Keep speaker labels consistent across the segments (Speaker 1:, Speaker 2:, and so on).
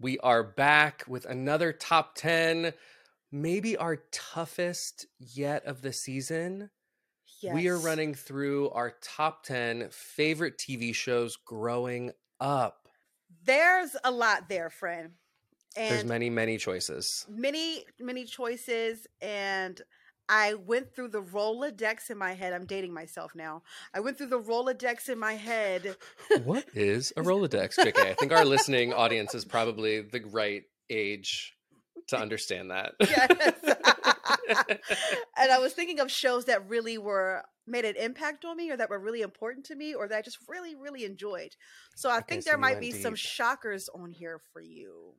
Speaker 1: We are back with another top 10, maybe our toughest yet of the season.
Speaker 2: Yes.
Speaker 1: We are running through our top 10 favorite TV shows growing up.
Speaker 2: There's a lot there, friend.
Speaker 1: There's
Speaker 2: And many-,
Speaker 1: many, many choices.
Speaker 2: many, choices. And I went through the Rolodex in my head. I'm dating myself now. I went through the Rolodex in my head.
Speaker 1: What is a Rolodex, JK? I think our listening audience is probably the right age to understand that.
Speaker 2: Yes. and I was thinking of shows that really were made an impact on me or that were really important to me or that I just really, really enjoyed. So I
Speaker 1: Okay,
Speaker 2: think
Speaker 1: so
Speaker 2: there
Speaker 1: you
Speaker 2: might
Speaker 1: went
Speaker 2: be some
Speaker 1: deep.
Speaker 2: shockers on here for you.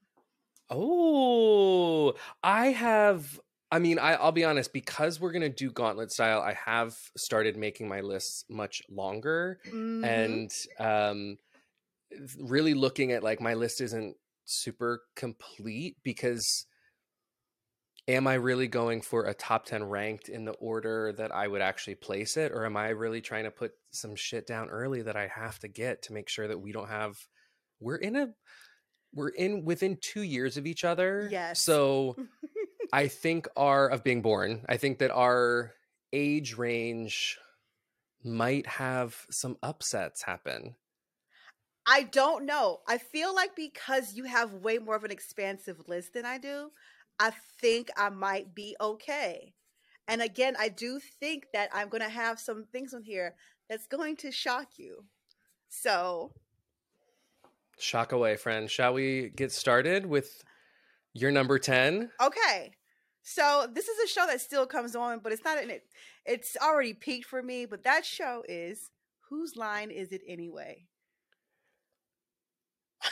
Speaker 1: Oh, I have. I mean, I, I'll be honest, because we're going to do gauntlet style, I have started making my lists much longer
Speaker 2: Mhm.
Speaker 1: and um, th- really looking at like my list isn't super complete because am I really going for a top 10 ranked in the order that I would actually place it? Or am I really trying to put some shit down early that I have to get to make sure that we don't have, we're in a, we're in within two years of each other.
Speaker 2: Yes.
Speaker 1: So I think our, of being born, I think that our age range might have some upsets happen.
Speaker 2: I don't know. I feel like because you have way more of an expansive list than I do, I think I might be okay. And again, I do think that I'm going to have some things on here that's going to shock you. So,
Speaker 1: Shock away, friend. Shall we get started with your number 10?
Speaker 2: okay. So, this is a show that still comes on, but it's not in it. It's already peaked for me, but that show is Whose Line Is It Anyway?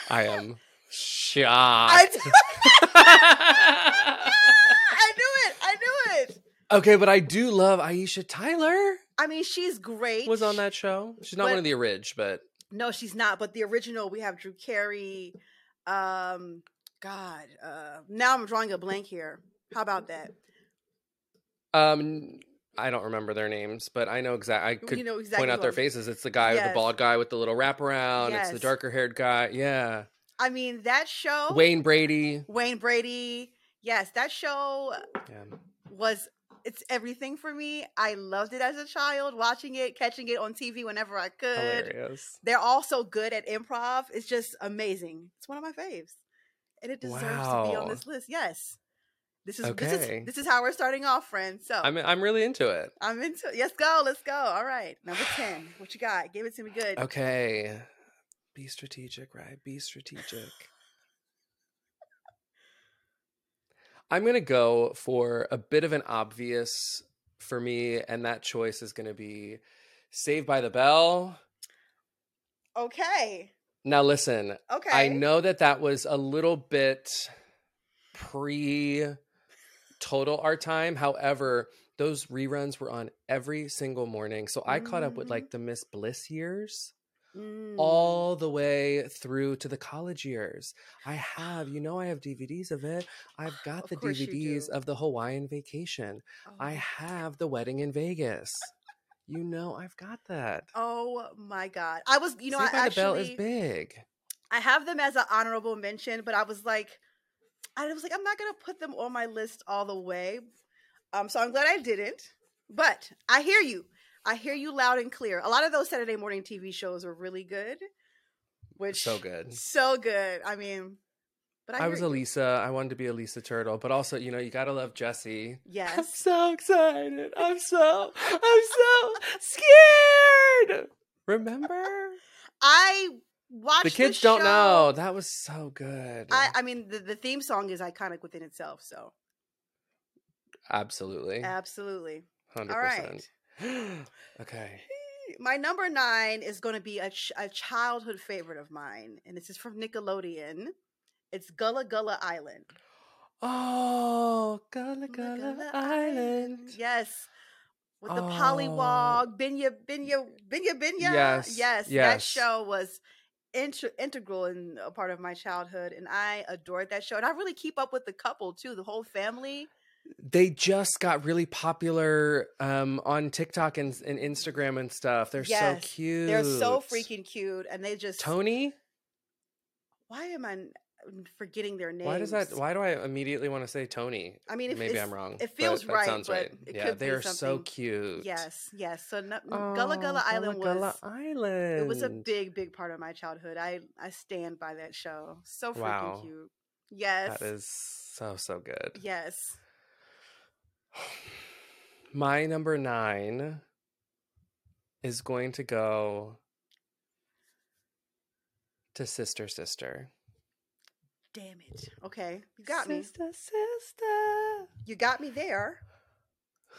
Speaker 1: I uh, am
Speaker 2: I,
Speaker 1: shocked.
Speaker 2: I knew it. I knew it.
Speaker 1: okay, but I do love Aisha Tyler
Speaker 2: I mean, she's great.
Speaker 1: was on that show. She's not
Speaker 2: But-
Speaker 1: one of the orig, but
Speaker 2: No, she's not. But the original, we have Drew Carey. Um, God, uh, now I'm drawing a blank here. How about that?
Speaker 1: um I don't remember their names, but I know exactly I could
Speaker 2: you know exactly.
Speaker 1: point out
Speaker 2: who
Speaker 1: their
Speaker 2: I'm-
Speaker 1: faces. It's the guy, the
Speaker 2: Yes.
Speaker 1: bald guy with the little wraparound. It's the
Speaker 2: Yes. Oh,
Speaker 1: darker haired guy. Yeah.
Speaker 2: I mean, that show.
Speaker 1: Wayne Brady.
Speaker 2: Wayne Brady. Yes, that show
Speaker 1: Yeah.
Speaker 2: was. It's everything for me. I loved it as a child, watching it, catching it on TV whenever I could.
Speaker 1: Hilarious.
Speaker 2: They're all so good at improv. It's just amazing. It's one of my faves, and it deserves to be
Speaker 1: Wow.
Speaker 2: on this list. Yes, this is
Speaker 1: Okay.
Speaker 2: this is this is how we're starting off, friends. So
Speaker 1: I'm I'm really into it.
Speaker 2: I'm into it. Let's go. Let's go. All right. Number 10. What you got? Give it to me good.
Speaker 1: Okay. Be strategic, right? Be strategic. I'm going to go for a bit of an obvious for me, and that choice is going to be Saved by the Bell.
Speaker 2: Okay.
Speaker 1: Now, listen,
Speaker 2: Okay.
Speaker 1: I know that that was a little bit pre total our time. However, those reruns were on every single morning. So I caught up with
Speaker 2: Mhm.
Speaker 1: like the Miss Bliss years.
Speaker 2: Mm.
Speaker 1: all the way through to the college years. I have, you know, I have DVDs of it. I've got
Speaker 2: Of
Speaker 1: the
Speaker 2: course you
Speaker 1: DVDs
Speaker 2: do.
Speaker 1: of the Hawaiian vacation.
Speaker 2: Oh.
Speaker 1: I have the wedding in Vegas. You know, I've got that.
Speaker 2: Oh my God. I was, you know,
Speaker 1: Saved
Speaker 2: I
Speaker 1: by the Bell is
Speaker 2: actually,
Speaker 1: big.
Speaker 2: I have them as an honorable mention, but I was like, I was like, I'm not going to put them on my list all the way. Um, so I'm glad I didn't, but I hear you. I hear you loud and clear. A lot of those Saturday morning TV shows are really good, which
Speaker 1: So good.
Speaker 2: so good. I mean, but I,
Speaker 1: I was
Speaker 2: hear you.
Speaker 1: Elisa. I wanted to be Elisa Turtle, but also, you know, you gotta love Jesse. I'm
Speaker 2: Yes.
Speaker 1: so excited. I'm so, I'm so scared. Remember?
Speaker 2: I watched
Speaker 1: The kids
Speaker 2: this
Speaker 1: don't
Speaker 2: show.
Speaker 1: know. That was so good.
Speaker 2: I, I mean, the, the theme song is iconic within itself. So
Speaker 1: Absolutely.
Speaker 2: absolutely,
Speaker 1: 100%.
Speaker 2: all right.
Speaker 1: okay.
Speaker 2: My number nine is going to be a, ch- a childhood favorite of mine, and this is from Nickelodeon. It's Gullah Gullah Island.
Speaker 1: Oh, Gullah
Speaker 2: Gullah
Speaker 1: Gullah Island.
Speaker 2: Yes. With the
Speaker 1: Oh.
Speaker 2: polywog, Binya, Binya, Binya, Binya.
Speaker 1: Yes,
Speaker 2: Yes. That
Speaker 1: yes.
Speaker 2: show was inter- integral in a part of my childhood. And I adored that show. And I really keep up with the couple, too, the whole family.
Speaker 1: They just got really popular um, on TikTok and, and Instagram and stuff. They're
Speaker 2: Yes,
Speaker 1: so cute.
Speaker 2: They're so freaking cute. And they just.
Speaker 1: Tony?
Speaker 2: Why am I. n- forgetting their names.
Speaker 1: Why does that? Why do I immediately want to say Tony?
Speaker 2: I mean, if
Speaker 1: Maybe
Speaker 2: it's-
Speaker 1: I'm wrong.
Speaker 2: it feels
Speaker 1: but
Speaker 2: right,
Speaker 1: That sounds
Speaker 2: but
Speaker 1: right.
Speaker 2: it
Speaker 1: yeah,
Speaker 2: could be
Speaker 1: they are so
Speaker 2: something-
Speaker 1: cute.
Speaker 2: Yes, yes. So no, mm, Gullah
Speaker 1: Oh,
Speaker 2: Gullah Island
Speaker 1: Gullah
Speaker 2: was
Speaker 1: Gullah Island.
Speaker 2: it was a big, big part of my childhood. I I stand by that show. So freaking
Speaker 1: Wow.
Speaker 2: cute. Yes,
Speaker 1: That is so so good.
Speaker 2: yes.
Speaker 1: My number nine is going to go to Sister Sister.
Speaker 2: Damn it. Okay, you got me.
Speaker 1: Sister Sister.
Speaker 2: You got me there.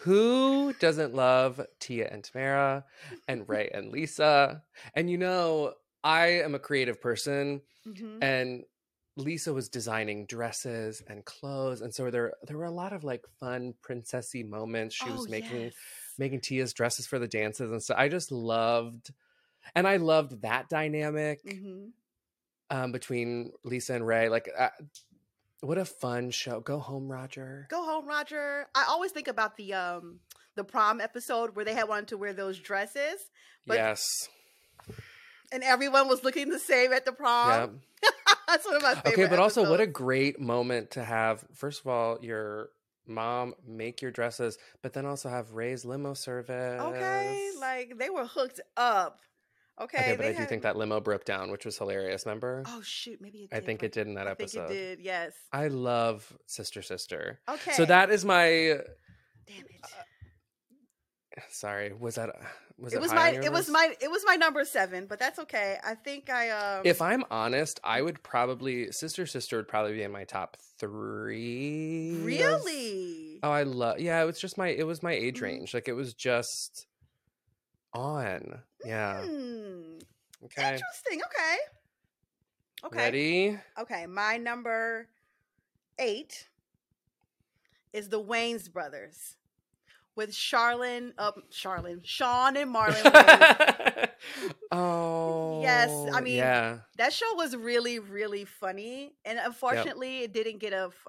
Speaker 1: Who doesn't love Tia and Tamara and Ray and Lisa? And you know, I am a creative person
Speaker 2: Mhm.
Speaker 1: and Lisa was designing dresses and clothes and so there there were a lot of like fun princessy moments. She was
Speaker 2: Oh,
Speaker 1: making
Speaker 2: yes.
Speaker 1: making Tia's dresses for the dances and so I just loved and I loved that dynamic
Speaker 2: Mhm.
Speaker 1: um, between Lisa and Ray. Like, uh, what a fun show! Go home, Roger.
Speaker 2: Go home, Roger. I always think about the um the prom episode where they had wanted to wear those dresses but-
Speaker 1: yes.
Speaker 2: and everyone was looking the same at the
Speaker 1: Yeah.
Speaker 2: prom. That's one of my favorite.
Speaker 1: Okay, but also, what a
Speaker 2: episodes.
Speaker 1: great moment to have. First of all, your mom make your dresses, but then also have Ray's limo service.
Speaker 2: okay, like they were hooked up. Okay,
Speaker 1: okay, but
Speaker 2: they
Speaker 1: I do
Speaker 2: had-
Speaker 1: think that limo broke down, which was hilarious. Remember?
Speaker 2: Oh shoot, maybe it
Speaker 1: I
Speaker 2: did
Speaker 1: think
Speaker 2: break-
Speaker 1: it did in that
Speaker 2: I think
Speaker 1: episode.
Speaker 2: it did. Yes.
Speaker 1: I love Sister Sister.
Speaker 2: Okay.
Speaker 1: So that uh, is my.
Speaker 2: damn it.
Speaker 1: Sorry, was that was it,
Speaker 2: it was
Speaker 1: high
Speaker 2: my
Speaker 1: on your
Speaker 2: it was
Speaker 1: list?
Speaker 2: my it was my number seven, but that's okay. I think I um
Speaker 1: If I'm honest, I would probably Sister Sister would probably be in my top three. of-
Speaker 2: really
Speaker 1: Oh, I love. Yeah, it was just my. It was my age
Speaker 2: Mhm.
Speaker 1: range. Like it was just on. Yeah.
Speaker 2: Hmm,
Speaker 1: Okay.
Speaker 2: interesting. Okay. Okay.
Speaker 1: Ready?
Speaker 2: Okay. My number eight is the Wayne's brothers with Charlon uh, Charlon Sean and Marlon. Wayans.
Speaker 1: oh.
Speaker 2: mean,
Speaker 1: Yeah.
Speaker 2: that show was really really funny, and unfortunately, it didn't get a. f-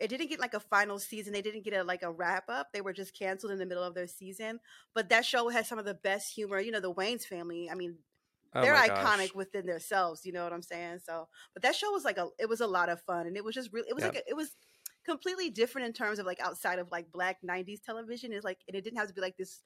Speaker 2: It didn't get like a final season. They didn't get a like a wrap up. They were just canceled in the middle of their season. But that show had some of the best humor. You know, the Wayne's family. I mean,
Speaker 1: Oh
Speaker 2: they're
Speaker 1: my gosh.
Speaker 2: iconic within themselves. You know what I'm saying? So, but that show was like a, it was a lot of fun, and it was just really, it was
Speaker 1: Yep.
Speaker 2: like, a, it was completely different in terms of like outside of like black '90s television. It's like, and it didn't have to be like this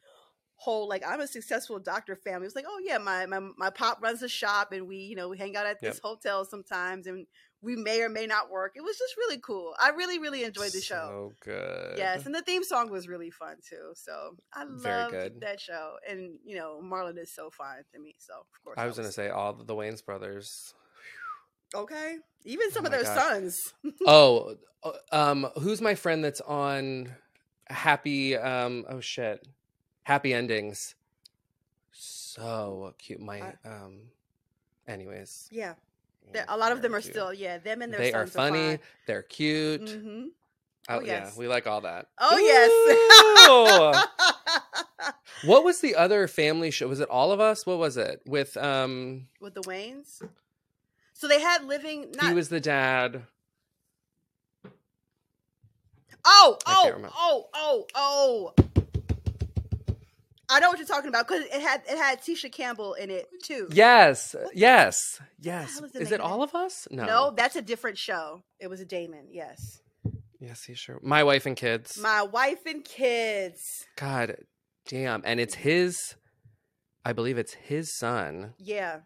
Speaker 2: whole like I'm a successful doctor family. It was like, oh yeah, my my my pop runs a shop, and we you know we hang out at
Speaker 1: Yep.
Speaker 2: this hotel sometimes, and we may or may not work. It was just really cool. I really really enjoyed the show.
Speaker 1: So good.
Speaker 2: Yes, and the theme song was really fun too. So I
Speaker 1: Very
Speaker 2: loved
Speaker 1: good.
Speaker 2: that show, and you know Marlon is so fine to me. So of course
Speaker 1: I was gonna say all the Wayne's brothers.
Speaker 2: Okay. Even some
Speaker 1: Oh
Speaker 2: of
Speaker 1: my
Speaker 2: their
Speaker 1: gosh.
Speaker 2: sons.
Speaker 1: oh, uh, um, who's my friend that's on Happy? Um, oh shit, Happy Endings. So cute. My
Speaker 2: I-
Speaker 1: um. Anyways,
Speaker 2: Yeah. they're- A lot of them are still, yeah, them and their
Speaker 1: They are
Speaker 2: sons.
Speaker 1: funny. They're cute.
Speaker 2: hmm
Speaker 1: Oh,
Speaker 2: Oh, yes.
Speaker 1: yeah, we like all that.
Speaker 2: Oh, yes.
Speaker 1: Ooh! what was the other family show? Was it All of Us? What was it with um?
Speaker 2: With the Waynes. So they had living, not.
Speaker 1: he was the dad.
Speaker 2: oh,
Speaker 1: I can't
Speaker 2: oh,
Speaker 1: remember.
Speaker 2: oh, oh, oh. I know what you're talking about because it had it had Tisha Campbell in it too.
Speaker 1: Yes, yes, yes.
Speaker 2: hell is the
Speaker 1: Is it
Speaker 2: name of it?
Speaker 1: All of Us?
Speaker 2: No. that's a different show. It was Damon. Yes.
Speaker 1: Yes, he sure. My wife and kids.
Speaker 2: My wife and kids.
Speaker 1: God damn. And it's his, I believe it's his son
Speaker 2: Yeah.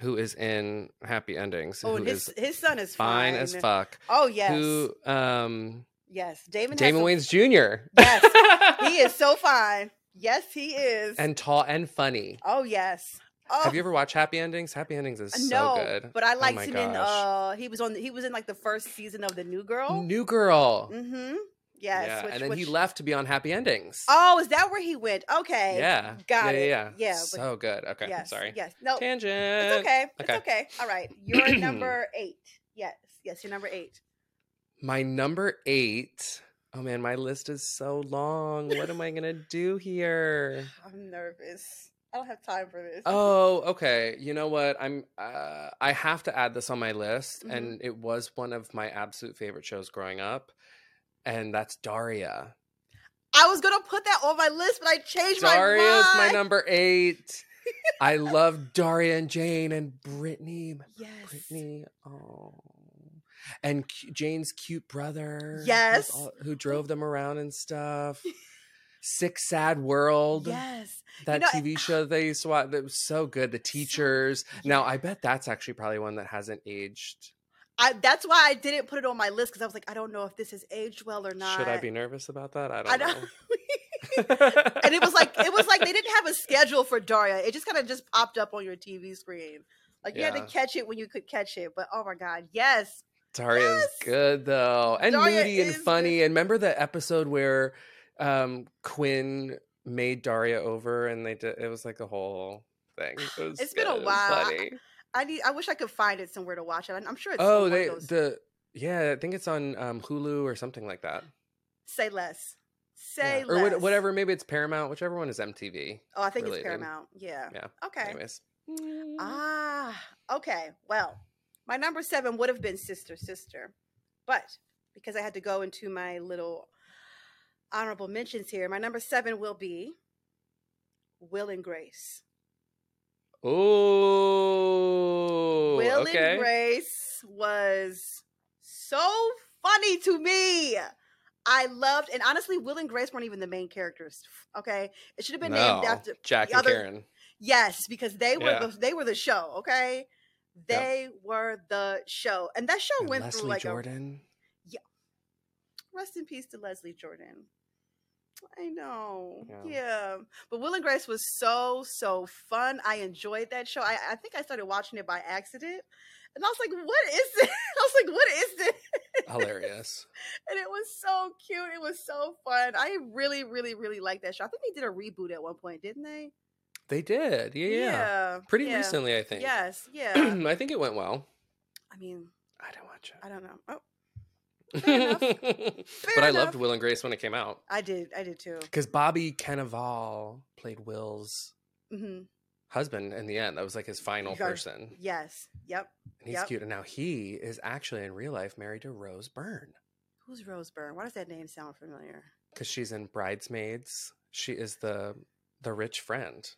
Speaker 1: who is in Happy Endings.
Speaker 2: Oh,
Speaker 1: who
Speaker 2: and
Speaker 1: is
Speaker 2: his his son is
Speaker 1: fine
Speaker 2: fine,
Speaker 1: as fuck.
Speaker 2: Oh yes.
Speaker 1: Who, um,
Speaker 2: Yes, Damon.
Speaker 1: Damon
Speaker 2: has
Speaker 1: Wayne's Jr.
Speaker 2: Yes, some, he is so fine. Yes, he is.
Speaker 1: and tall and funny.
Speaker 2: oh yes. Oh, uh,
Speaker 1: Have you ever watched Happy Endings? Happy Endings is
Speaker 2: no,
Speaker 1: so good.
Speaker 2: but I
Speaker 1: Oh
Speaker 2: liked
Speaker 1: my
Speaker 2: him in.
Speaker 1: gosh.
Speaker 2: Uh, he was on. He was in like the first season of the New Girl.
Speaker 1: New Girl.
Speaker 2: Mm-hmm.
Speaker 1: yeah.
Speaker 2: Yes. which-
Speaker 1: and then he
Speaker 2: which-
Speaker 1: left to be on Happy Endings.
Speaker 2: Oh, is that where he went? Okay.
Speaker 1: yeah.
Speaker 2: got
Speaker 1: yeah,
Speaker 2: it.
Speaker 1: Yeah.
Speaker 2: Yeah, but-
Speaker 1: so good. Okay.
Speaker 2: Yes.
Speaker 1: Sorry.
Speaker 2: Yes. No.
Speaker 1: Tangent.
Speaker 2: It's okay.
Speaker 1: okay.
Speaker 2: It's okay. All right. You're number eight. Yes. Yes. You're number eight.
Speaker 1: My number eight. Oh man, my list is so long. What am I gonna do here?
Speaker 2: I'm nervous. I don't have time for this.
Speaker 1: Oh, okay. You know what? I'm. Uh, I have to add this on my list,
Speaker 2: Mhm.
Speaker 1: and it was one of my absolute favorite shows growing up, and that's Daria.
Speaker 2: I was gonna put that on my list, but I changed
Speaker 1: Daria
Speaker 2: my
Speaker 1: is
Speaker 2: mind.
Speaker 1: my number eight. I love Daria and Jane and Brittany.
Speaker 2: Yes.
Speaker 1: Brittany. Oh, and C- Jane's cute brother, who's
Speaker 2: Yes.
Speaker 1: all- who drove them around and stuff. Six Sad World,
Speaker 2: Yes.
Speaker 1: that
Speaker 2: know, ah. it-
Speaker 1: TV show they used to watch, that was so good. The teachers. Now I bet that's actually probably one that hasn't aged.
Speaker 2: I, that's why I didn't put it on my list because I was like, I don't know if this has aged well or not.
Speaker 1: Should I be nervous about that? I
Speaker 2: I
Speaker 1: don't
Speaker 2: don't.
Speaker 1: know.
Speaker 2: and it was like it was like they didn't have a schedule for Daria. It just kind of just popped up on your TV screen. Like you had
Speaker 1: Yeah.
Speaker 2: to catch it when you could catch it. But oh my god, yes,
Speaker 1: Daria is
Speaker 2: Yes!
Speaker 1: good though, and
Speaker 2: Daria
Speaker 1: moody and
Speaker 2: is good.
Speaker 1: funny. And remember the episode where um, Quinn made Daria over, and they did. It was like a whole thing. It was
Speaker 2: It's been a
Speaker 1: good. It was
Speaker 2: while. I-
Speaker 1: funny.
Speaker 2: I need. I wish I could find it somewhere to watch it. I'm- I'm sure it's. on
Speaker 1: Oh,
Speaker 2: one of
Speaker 1: they
Speaker 2: those-
Speaker 1: the yeah, I think it's on um, Hulu or something like that.
Speaker 2: say less. Say
Speaker 1: Yeah.
Speaker 2: less.
Speaker 1: Or what- whatever. Maybe it's Paramount. Whichever one is MTV.
Speaker 2: Oh, I think
Speaker 1: related.
Speaker 2: it's Paramount. Yeah.
Speaker 1: Yeah.
Speaker 2: Okay.
Speaker 1: Anyways. Mm-hmm.
Speaker 2: Ah, okay. Well, my number seven would have been Sister Sister, but because I had to go into my little honorable mentions here, my number seven will be Will and Grace.
Speaker 1: Oh.
Speaker 2: Will
Speaker 1: okay.
Speaker 2: and Grace was so funny to me. I loved, and honestly, Will and Grace weren't even the main characters. Okay, it should have been named
Speaker 1: No,
Speaker 2: after
Speaker 1: Jack
Speaker 2: the
Speaker 1: and
Speaker 2: other-
Speaker 1: Karen.
Speaker 2: Yes, because they were
Speaker 1: Yeah.
Speaker 2: the, they were the show. Okay, they were the show, and that show
Speaker 1: And
Speaker 2: went
Speaker 1: Leslie
Speaker 2: through like
Speaker 1: Jordan.
Speaker 2: a rest in peace to Leslie Jordan. I know,
Speaker 1: Yeah.
Speaker 2: yeah. But Will and Grace was so so fun. I enjoyed that show. I, I think I started watching it by accident, and I was like, "What is this?" I was like, "What is this?"
Speaker 1: Hilarious.
Speaker 2: and it was so cute. It was so fun. I really really really liked that show. I think they did a reboot at one point, didn't they?
Speaker 1: They did. Yeah. yeah. Pretty
Speaker 2: yeah.
Speaker 1: recently, I think.
Speaker 2: Yes, yeah.
Speaker 1: I think it went well.
Speaker 2: I mean,
Speaker 1: I didn't watch
Speaker 2: I don't know. Oh,
Speaker 1: it.
Speaker 2: fair enough.
Speaker 1: but
Speaker 2: Fair
Speaker 1: I loved
Speaker 2: enough.
Speaker 1: Will and Grace when it came out
Speaker 2: I did. I did too.
Speaker 1: because Bobby Cannavale played Will's
Speaker 2: hmm
Speaker 1: husband in the end. That was like his final
Speaker 2: Yeah.
Speaker 1: person. And
Speaker 2: Yes. Yep.
Speaker 1: he's
Speaker 2: Yep.
Speaker 1: cute. And now he is actually in real life married to Rose Byrne
Speaker 2: Who's Rose Byrne? Why does that name sound familiar?
Speaker 1: because she's in Bridesmaids. She is the the rich friend.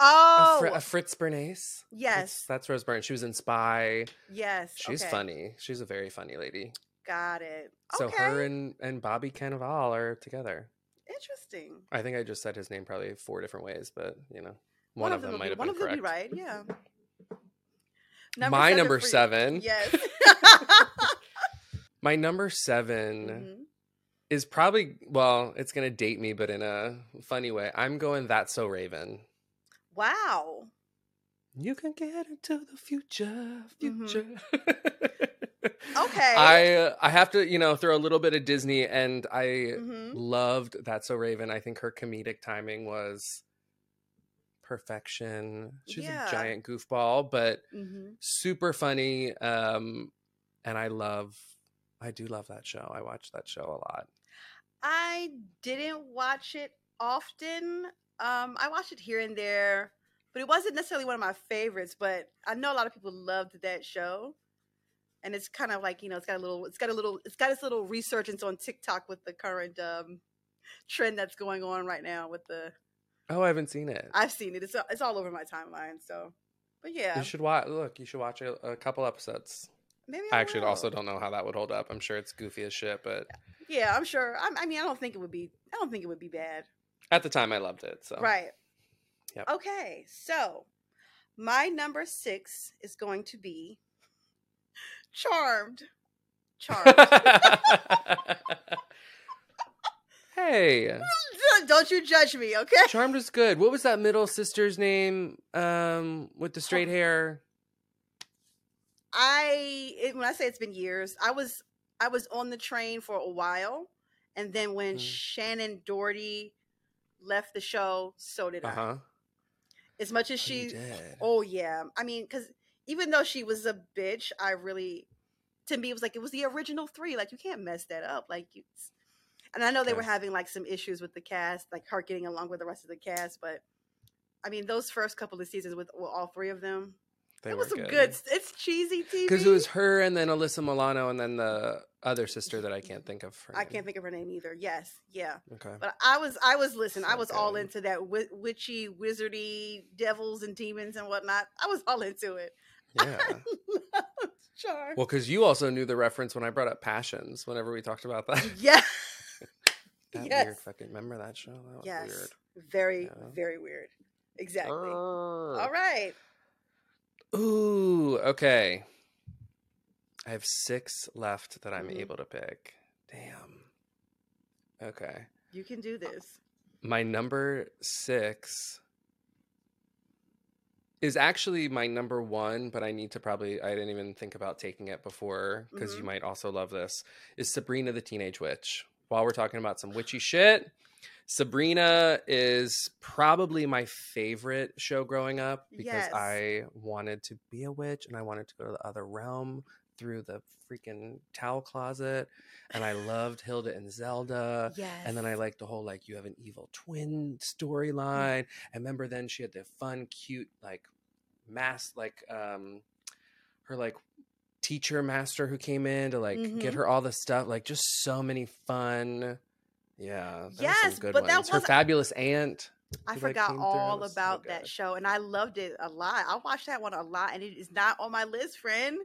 Speaker 2: Oh,
Speaker 1: A, Fr- a Fritz Bernays. That's,
Speaker 2: yes,
Speaker 1: that's Rose Byrne. She was in Spy.
Speaker 2: yes.
Speaker 1: She's
Speaker 2: okay.
Speaker 1: funny. She's a very funny lady.
Speaker 2: Got it.
Speaker 1: So
Speaker 2: okay.
Speaker 1: her and, and Bobby Cannavale are together.
Speaker 2: Interesting.
Speaker 1: I think I just said his name probably four different ways, but you know, one, of them,
Speaker 2: will
Speaker 1: might
Speaker 2: be-
Speaker 1: have
Speaker 2: one
Speaker 1: been
Speaker 2: of them
Speaker 1: correct.
Speaker 2: be right. Yeah.
Speaker 1: My number
Speaker 2: for you.
Speaker 1: seven.
Speaker 2: Yes.
Speaker 1: My number 7
Speaker 2: Mhm.
Speaker 1: is probably well, it's gonna date me, but in a funny way. I'm going that's so Raven.
Speaker 2: Wow.
Speaker 1: You can get into the future,
Speaker 2: Mhm.
Speaker 1: future.
Speaker 2: Okay.
Speaker 1: I I have to you know throw a little bit of Disney, and I
Speaker 2: hmm
Speaker 1: loved that's so Raven. I think her comedic timing was perfection. She's
Speaker 2: Yeah.
Speaker 1: a giant goofball, but
Speaker 2: hmm
Speaker 1: super funny um and i love i do love that show i watch that show a lot
Speaker 2: I didn't watch it often. Um, I watched it here and there, but it wasn't necessarily one of my favorites. But I know a lot of people loved that show, and it's kind of like you know, it's got a little, it's got a little, it's got its little resurgence on TikTok with the current um, trend that's going on right now. With the,
Speaker 1: oh i haven't seen it
Speaker 2: I've seen it. It's it's all over my timeline. So, but yeah,
Speaker 1: you should watch look you should watch a, a couple episodes
Speaker 2: maybe
Speaker 1: i actually also
Speaker 2: will.
Speaker 1: don't know how that would hold up i'm sure it's goofy as shit but
Speaker 2: Yeah, I'm sure. I, I mean, I don't think it would be. I don't think it would be bad.
Speaker 1: at the time i loved it so
Speaker 2: Right.
Speaker 1: Yep.
Speaker 2: Okay. So my number six is going to be Charmed. Charmed.
Speaker 1: hey
Speaker 2: Don't you judge me, okay?
Speaker 1: charmed was good what was that middle sister's name um with the straight hair
Speaker 2: I it, when I say it's been years, I was I was on the train for a while, and then when
Speaker 1: Mhm.
Speaker 2: Shannon Doherty left the show, so did I.
Speaker 1: uh-huh
Speaker 2: As much as
Speaker 1: Oh, you
Speaker 2: she
Speaker 1: did.
Speaker 2: Oh yeah. I mean, because even though she was a bitch, I really to me it was like it was the original three. Like you can't mess that up. Like you and I know they were
Speaker 1: Yeah.
Speaker 2: having like some issues with the cast, like her getting along with the rest of the cast, but I mean those first couple of seasons with, with all three of them,
Speaker 1: They
Speaker 2: it
Speaker 1: were
Speaker 2: was some good. s- It's cheesy TV.
Speaker 1: because it was her and then Alyssa Milano and then the other sister that I can't think of. Her
Speaker 2: I can't think of her name either. Yes, yeah.
Speaker 1: Think. Okay.
Speaker 2: But I was, I was, listen, I
Speaker 1: So
Speaker 2: was all
Speaker 1: good.
Speaker 2: into that wi- witchy, wizardy, devils and demons and whatnot. I was all into it.
Speaker 1: Yeah.
Speaker 2: jar.
Speaker 1: Well, because you also knew the reference when I brought up Passions. Whenever we talked about that,
Speaker 2: yeah.
Speaker 1: that
Speaker 2: yes.
Speaker 1: weird fucking. Remember that show? That was
Speaker 2: yes.
Speaker 1: weird.
Speaker 2: Very,
Speaker 1: Yeah.
Speaker 2: very weird. Exactly. All
Speaker 1: All
Speaker 2: right.
Speaker 1: Ooh, okay. I have six left that I'm
Speaker 2: Mhm.
Speaker 1: able to pick. Damn. Okay.
Speaker 2: You can do this.
Speaker 1: My number six is actually my number one, but I need to probably, I didn't even think about taking it before because you
Speaker 2: Mhm.
Speaker 1: might also love this. Is Sabrina the Teenage Witch? While we're talking about some witchy shit, Sabrina is probably my favorite show growing up because
Speaker 2: Yes.
Speaker 1: I wanted to be a witch and I wanted to go to the other realm through the freaking towel closet. And I loved Hilda and Zelda.
Speaker 2: Yes.
Speaker 1: Uh,
Speaker 2: Mm.
Speaker 1: And then I liked the whole like you have an evil twin storyline. I remember then she had the fun, cute like mass like um her like teacher master who came in to like
Speaker 2: Mhm.
Speaker 1: get her all the stuff. Like just so many fun. Yeah, there were
Speaker 2: Yes, but that
Speaker 1: her
Speaker 2: was-
Speaker 1: fabulous aunt.
Speaker 2: I
Speaker 1: who, like,
Speaker 2: forgot
Speaker 1: came through. It
Speaker 2: all
Speaker 1: was so
Speaker 2: about that
Speaker 1: good.
Speaker 2: show, and I loved it a lot. I watched that one a lot, and it is not on my list, friend.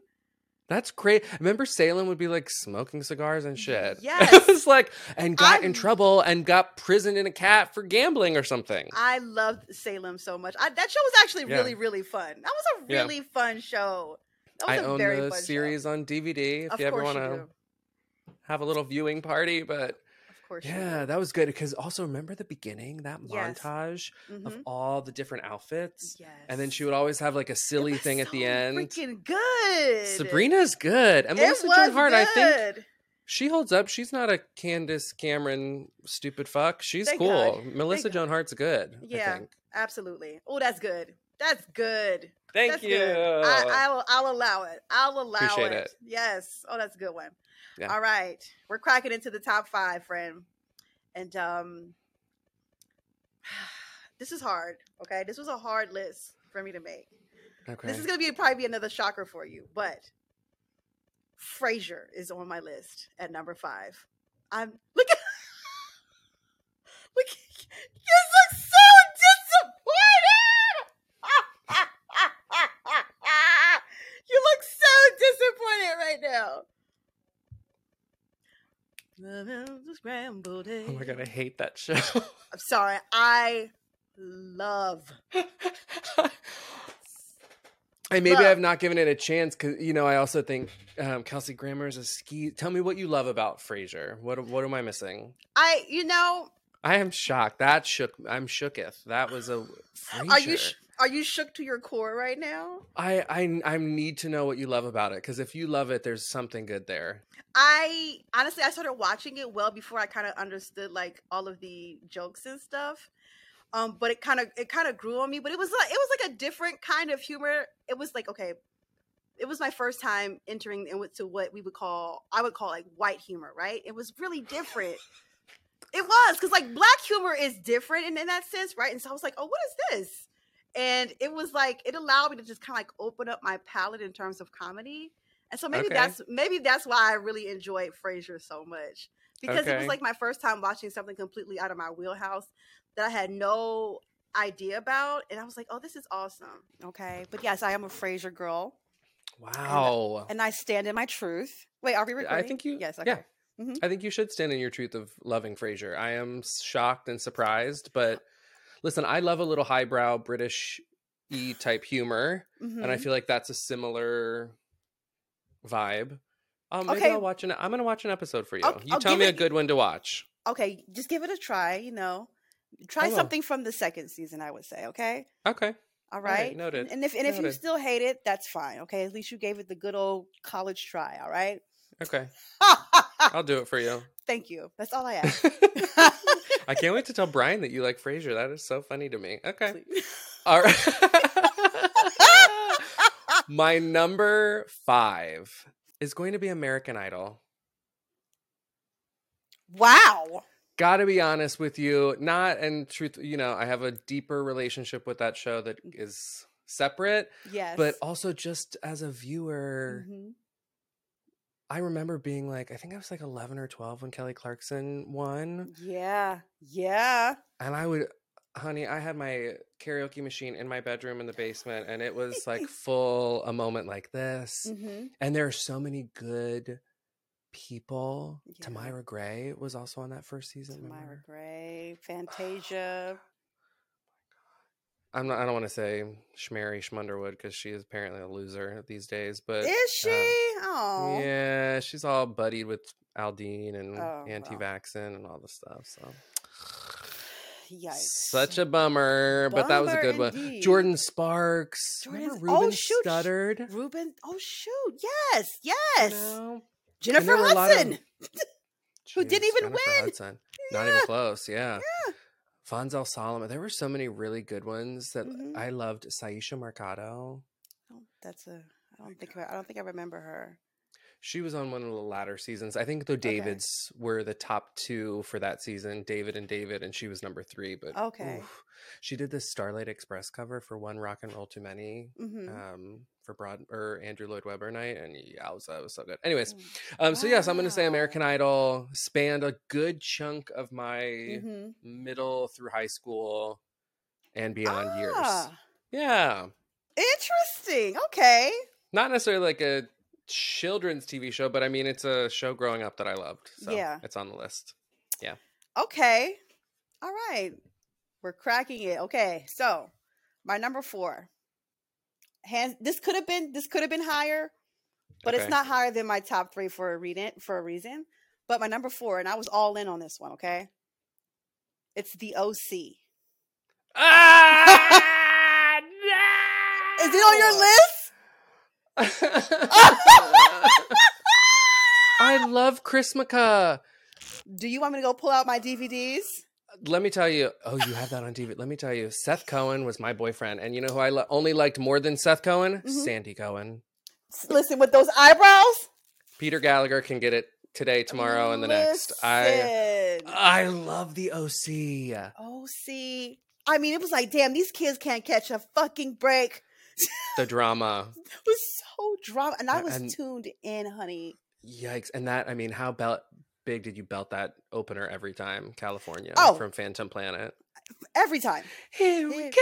Speaker 1: That's great. Remember Salem would be like smoking cigars and shit.
Speaker 2: Yes.
Speaker 1: it was like and got in
Speaker 2: I'm-
Speaker 1: trouble and got prisoned in a cat for gambling or something.
Speaker 2: I loved Salem so much. I, that show was actually
Speaker 1: Yeah.
Speaker 2: really, really fun. That was a
Speaker 1: Yeah.
Speaker 2: really fun show. That
Speaker 1: I
Speaker 2: was a
Speaker 1: own
Speaker 2: very
Speaker 1: the
Speaker 2: fun show.
Speaker 1: series on DVD if
Speaker 2: Of
Speaker 1: you ever
Speaker 2: course
Speaker 1: want to
Speaker 2: do.
Speaker 1: have a little viewing party. But
Speaker 2: Of course.
Speaker 1: yeah, that was good because also remember the beginning that
Speaker 2: Yes.
Speaker 1: montage
Speaker 2: You do.
Speaker 1: of
Speaker 2: Mhm.
Speaker 1: all the different outfits,
Speaker 2: Yes.
Speaker 1: and then she would always have like a
Speaker 2: It
Speaker 1: silly
Speaker 2: was
Speaker 1: thing at the
Speaker 2: so
Speaker 1: end.
Speaker 2: Freaking good.
Speaker 1: Sabrina's good, and
Speaker 2: It
Speaker 1: Melissa
Speaker 2: was
Speaker 1: Joan Hart. I think
Speaker 2: good.
Speaker 1: she holds up. She's not a Candace Cameron stupid fuck. She's
Speaker 2: Thank
Speaker 1: cool.
Speaker 2: God.
Speaker 1: Melissa
Speaker 2: Thank
Speaker 1: Joan Hart's good.
Speaker 2: Yeah.
Speaker 1: I think.
Speaker 2: Absolutely. Oh, that's good. That's good.
Speaker 1: Thank
Speaker 2: that's
Speaker 1: you.
Speaker 2: Good. I, I will. I'll allow it. I'll allow
Speaker 1: Appreciate
Speaker 2: it.
Speaker 1: it.
Speaker 2: Yes. Oh, that's a good one.
Speaker 1: Yeah.
Speaker 2: All right, we're cracking into the top five, friend, and um, this is hard. Okay, this was a hard list for me to make.
Speaker 1: okay.
Speaker 2: This is gonna be probably be another shocker for you, but Frasier is on my list at number five. I'm look at look. at- You look so disappointed. you look so disappointed right now. Scrambled
Speaker 1: oh my god, I
Speaker 2: egg.
Speaker 1: hate that show.
Speaker 2: I'm sorry. I love
Speaker 1: And maybe
Speaker 2: Love.
Speaker 1: I've not given it a chance because you know I also think um, Kelsey Grammer is a ski. Tell me what you love about Frasier. What what am I missing?
Speaker 2: I. You know.
Speaker 1: I am shocked. That shook. I'm shooketh. That was a. Frasier.
Speaker 2: Are you sh- are you shook to your core right now?
Speaker 1: I, I I need to know what you love about it because if you love it, there's something good there.
Speaker 2: I honestly I started watching it well before I kind of understood like all of the jokes and stuff. Um, but it kind of it kind of grew on me. But it was like it was like a different kind of humor. It was like okay, it was my first time entering into what we would call I would call like white humor. Right? It was really different. It was because like black humor is different in, in that sense, right? And so I was like, oh, what is this? And it was like it allowed me to just kind of like open up my palette in terms of comedy. And so maybe
Speaker 1: Okay.
Speaker 2: that's maybe that's why I really enjoyed Frasier so much because it was
Speaker 1: Okay.
Speaker 2: like my first time watching something completely out of my wheelhouse that I had no idea about, and I was like, oh, this is awesome. Okay, but yes, I am a Frasier girl,
Speaker 1: Wow.
Speaker 2: and I stand in my truth. Wait, are we recording?
Speaker 1: I think you.
Speaker 2: Yes. Okay.
Speaker 1: Yeah.
Speaker 2: Mhm.
Speaker 1: I think you should stand in your truth of loving Frasier. I am shocked and surprised, but listen, I love a little highbrow British e type humor. and I
Speaker 2: Mhm.
Speaker 1: feel like that's a similar vibe. Um, maybe
Speaker 2: Okay.
Speaker 1: I'll watch an. I'm gonna watch an episode for you.
Speaker 2: I'll-
Speaker 1: you
Speaker 2: I'll
Speaker 1: tell
Speaker 2: give
Speaker 1: me a
Speaker 2: it-
Speaker 1: good one to watch.
Speaker 2: okay, just give it a try. You know, try
Speaker 1: I will.
Speaker 2: something from the second season. I would say. Okay.
Speaker 1: Okay.
Speaker 2: All
Speaker 1: right,
Speaker 2: right.
Speaker 1: noted,
Speaker 2: And if and if you
Speaker 1: noted.
Speaker 2: still hate it, that's fine. Okay. At least you gave it the good old college try. All right.
Speaker 1: Okay. I'll do it for you.
Speaker 2: Thank you. That's all I ask.
Speaker 1: I can't wait to tell Brian that you like Frasier. That is so funny to me. Okay. All right. My number five is going to be American Idol.
Speaker 2: wow.
Speaker 1: gotta be honest with you not and truth you know i have a deeper relationship with that show that is separate
Speaker 2: Mm. Yes.
Speaker 1: but also just as a viewer
Speaker 2: Mhm.
Speaker 1: i remember being like i think i was like 11 or 12 when kelly clarkson won
Speaker 2: yeah, yeah.
Speaker 1: and i would honey, I had my karaoke machine in my bedroom in the basement, and it was like full a moment like this.
Speaker 2: Mm-hmm.
Speaker 1: And there are so many good people.
Speaker 2: Yeah.
Speaker 1: Tamira Gray was also on that first season.
Speaker 2: Myra
Speaker 1: remember?
Speaker 2: Gray, Fantasia.
Speaker 1: I'm not. I don't want to say Shmary Schmunderwood because she is apparently a loser these days. But um,
Speaker 2: Is she? oh.
Speaker 1: yeah, she's all buddied with Aldine and
Speaker 2: Oh, well.
Speaker 1: anti-vaccin and all this stuff. So
Speaker 2: Yikes.
Speaker 1: such a bummer, but that was a
Speaker 2: Bummer
Speaker 1: good one.
Speaker 2: indeed.
Speaker 1: Jordan Sparks. Remember
Speaker 2: Jordan's- oh,
Speaker 1: Ruben
Speaker 2: shoot, sh-
Speaker 1: stuttered. you
Speaker 2: Ruben. Oh shoot. Yes. Yes.
Speaker 1: know? And
Speaker 2: Jennifer
Speaker 1: there were a lot of-
Speaker 2: Hudson. Who didn't
Speaker 1: Jeez,
Speaker 2: even
Speaker 1: Jennifer
Speaker 2: win.
Speaker 1: Hudson. Not even close. Yeah. Fonzel Solomon. There were so many really good ones that
Speaker 2: Mhm.
Speaker 1: I loved. Saisha Mercado.
Speaker 2: Oh, that's a. I don't think. I don't think I remember her.
Speaker 1: She was on one of the latter seasons. I think the Davids were the top two for that season, David and David, and she was number three. But
Speaker 2: Oh, Okay.
Speaker 1: oof. she did the Starlight Express cover for One Rock and Roll Too Many
Speaker 2: Mm-hmm.
Speaker 1: um, for Broad or Andrew Lloyd Webber night, and yowza, it was so good. Anyways,
Speaker 2: Mm-hmm.
Speaker 1: um, so yes, I'm going to say
Speaker 2: Mm. Wow.
Speaker 1: American Idol spanned a good chunk of my
Speaker 2: mm-hmm.
Speaker 1: middle through high school and beyond
Speaker 2: Ah.
Speaker 1: years. Yeah,
Speaker 2: Interesting. Okay.
Speaker 1: not necessarily like a children's TV show, but I mean it's a show growing up that I loved. So
Speaker 2: Yeah.
Speaker 1: it's on the list.
Speaker 2: Okay. All right. We're cracking it. Okay. So, my number 4. Hands this could have been this could have been higher, but it's
Speaker 1: Okay.
Speaker 2: not higher than my top 3 for a reason for a reason. But my number 4 and I was all in on this one, okay? It's the OC.
Speaker 1: Ah,
Speaker 2: Is it on your
Speaker 1: no!
Speaker 2: list?
Speaker 1: I love Chris McCa.
Speaker 2: Do you want me to go pull out my DVDs?
Speaker 1: Let me tell you. Oh, you have that on TV. Let me tell you. Seth Cohen was my boyfriend, and you know who I lo- only liked more than Seth Cohen?
Speaker 2: Mhm.
Speaker 1: Sandy Cohen.
Speaker 2: S- Listen with those eyebrows.
Speaker 1: Peter Gallagher can get it today, tomorrow, and the next. I
Speaker 2: Listen.
Speaker 1: I love the OC.
Speaker 2: Oh, see. I mean, it was like, damn, these kids can't catch a fucking break.
Speaker 1: The drama.
Speaker 2: It was so drama. And I
Speaker 1: A-
Speaker 2: was
Speaker 1: and-
Speaker 2: tuned in, honey.
Speaker 1: Yikes! And that I mean, how belt big did you belt that opener every time? California
Speaker 2: Oh.
Speaker 1: from Phantom Planet.
Speaker 2: Every time.
Speaker 1: Here
Speaker 2: we
Speaker 1: go.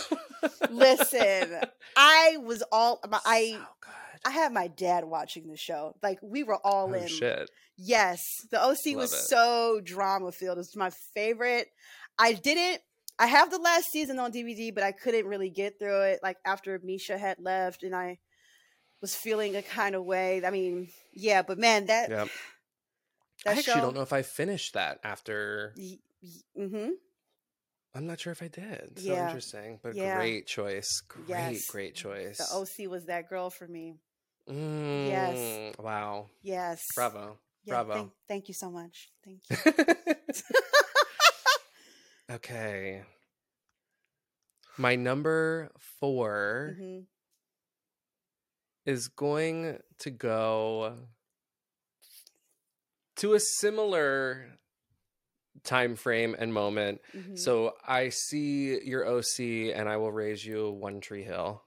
Speaker 2: Listen, I was all my, I
Speaker 1: So good.
Speaker 2: I had my dad watching the show. Like we were all
Speaker 1: oh
Speaker 2: in.
Speaker 1: shit!
Speaker 2: Yes. The OC was
Speaker 1: Love it.
Speaker 2: so drama filled. It's my favorite. I didn't I have the last season on DVD, but I couldn't really get through it. Like after Misha had left and I was feeling a kind of way. I mean, yeah, but man, that
Speaker 1: Yep. I
Speaker 2: that
Speaker 1: actually
Speaker 2: show
Speaker 1: don't know if I finished that after.
Speaker 2: Mm-hmm.
Speaker 1: I'm not sure if I did. So
Speaker 2: Yeah.
Speaker 1: interesting, but
Speaker 2: Yeah.
Speaker 1: great choice. Great,
Speaker 2: Yes.
Speaker 1: great choice.
Speaker 2: The OC was that girl for me.
Speaker 1: Yes.
Speaker 2: Yes.
Speaker 1: Mm, Wow.
Speaker 2: Yes.
Speaker 1: Bravo.
Speaker 2: Yeah,
Speaker 1: Bravo.
Speaker 2: Thank, thank you so much. Thank you.
Speaker 1: okay. My number 4
Speaker 2: Mhm.
Speaker 1: is going to go to a similar time frame and moment.
Speaker 2: Mhm.
Speaker 1: So I see your OC and I will raise you One Tree Hill.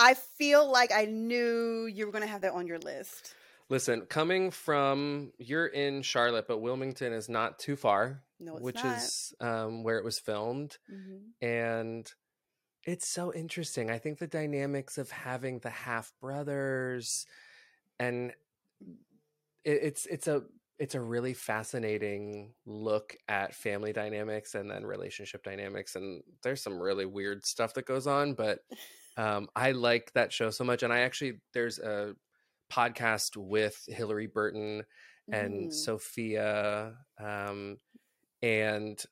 Speaker 2: I feel like I knew you were going to have that on your list.
Speaker 1: Listen, coming from you're in Charlotte, but Wilmington is not too far,
Speaker 2: No, it's
Speaker 1: which
Speaker 2: not.
Speaker 1: is um, where it was filmed.
Speaker 2: Mhm.
Speaker 1: and it's so interesting. I think the dynamics of having the half brothers and it, it's it's a it's a really fascinating look at family dynamics and then relationship dynamics and there's some really weird stuff that goes on but um, i like that show so much and i actually there's a podcast with hillary burton and
Speaker 2: Mhm.
Speaker 1: Sophia. Um, and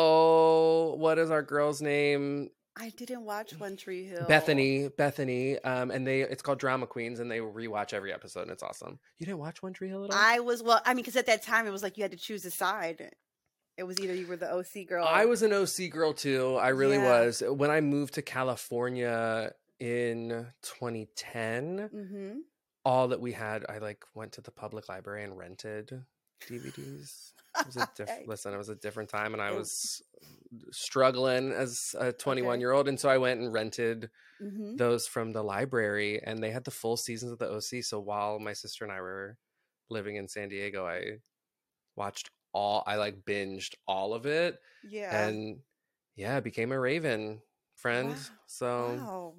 Speaker 1: oh, what is our girl's name?
Speaker 2: I didn't watch One Tree Hill.
Speaker 1: Mm. Bethany. Bethany. Um, and they it's called Drama Queens, and they rewatch every episode, and it's awesome. You didn't watch One Tree Hill at all?
Speaker 2: I was well. I mean, because at that time it was like you had to choose a side. It was either you were the OC girl.
Speaker 1: I was an OC girl too. I really
Speaker 2: Yeah.
Speaker 1: was. When I moved to California in 2010,
Speaker 2: hmm
Speaker 1: all that we had, I like went to the public library and rented DVDs. It was a diff-
Speaker 2: Okay.
Speaker 1: listen, it was a different time, and I
Speaker 2: It-
Speaker 1: was uh, struggling as a 21
Speaker 2: Okay.
Speaker 1: year old, and so I went and rented
Speaker 2: hmm
Speaker 1: those from the library, and they had the full seasons of the OC. So while my sister and I were living in San Diego, I watched all I like binged all of it
Speaker 2: Yeah.
Speaker 1: and yeah, I became a Raven friend.
Speaker 2: Wow.
Speaker 1: So
Speaker 2: wow.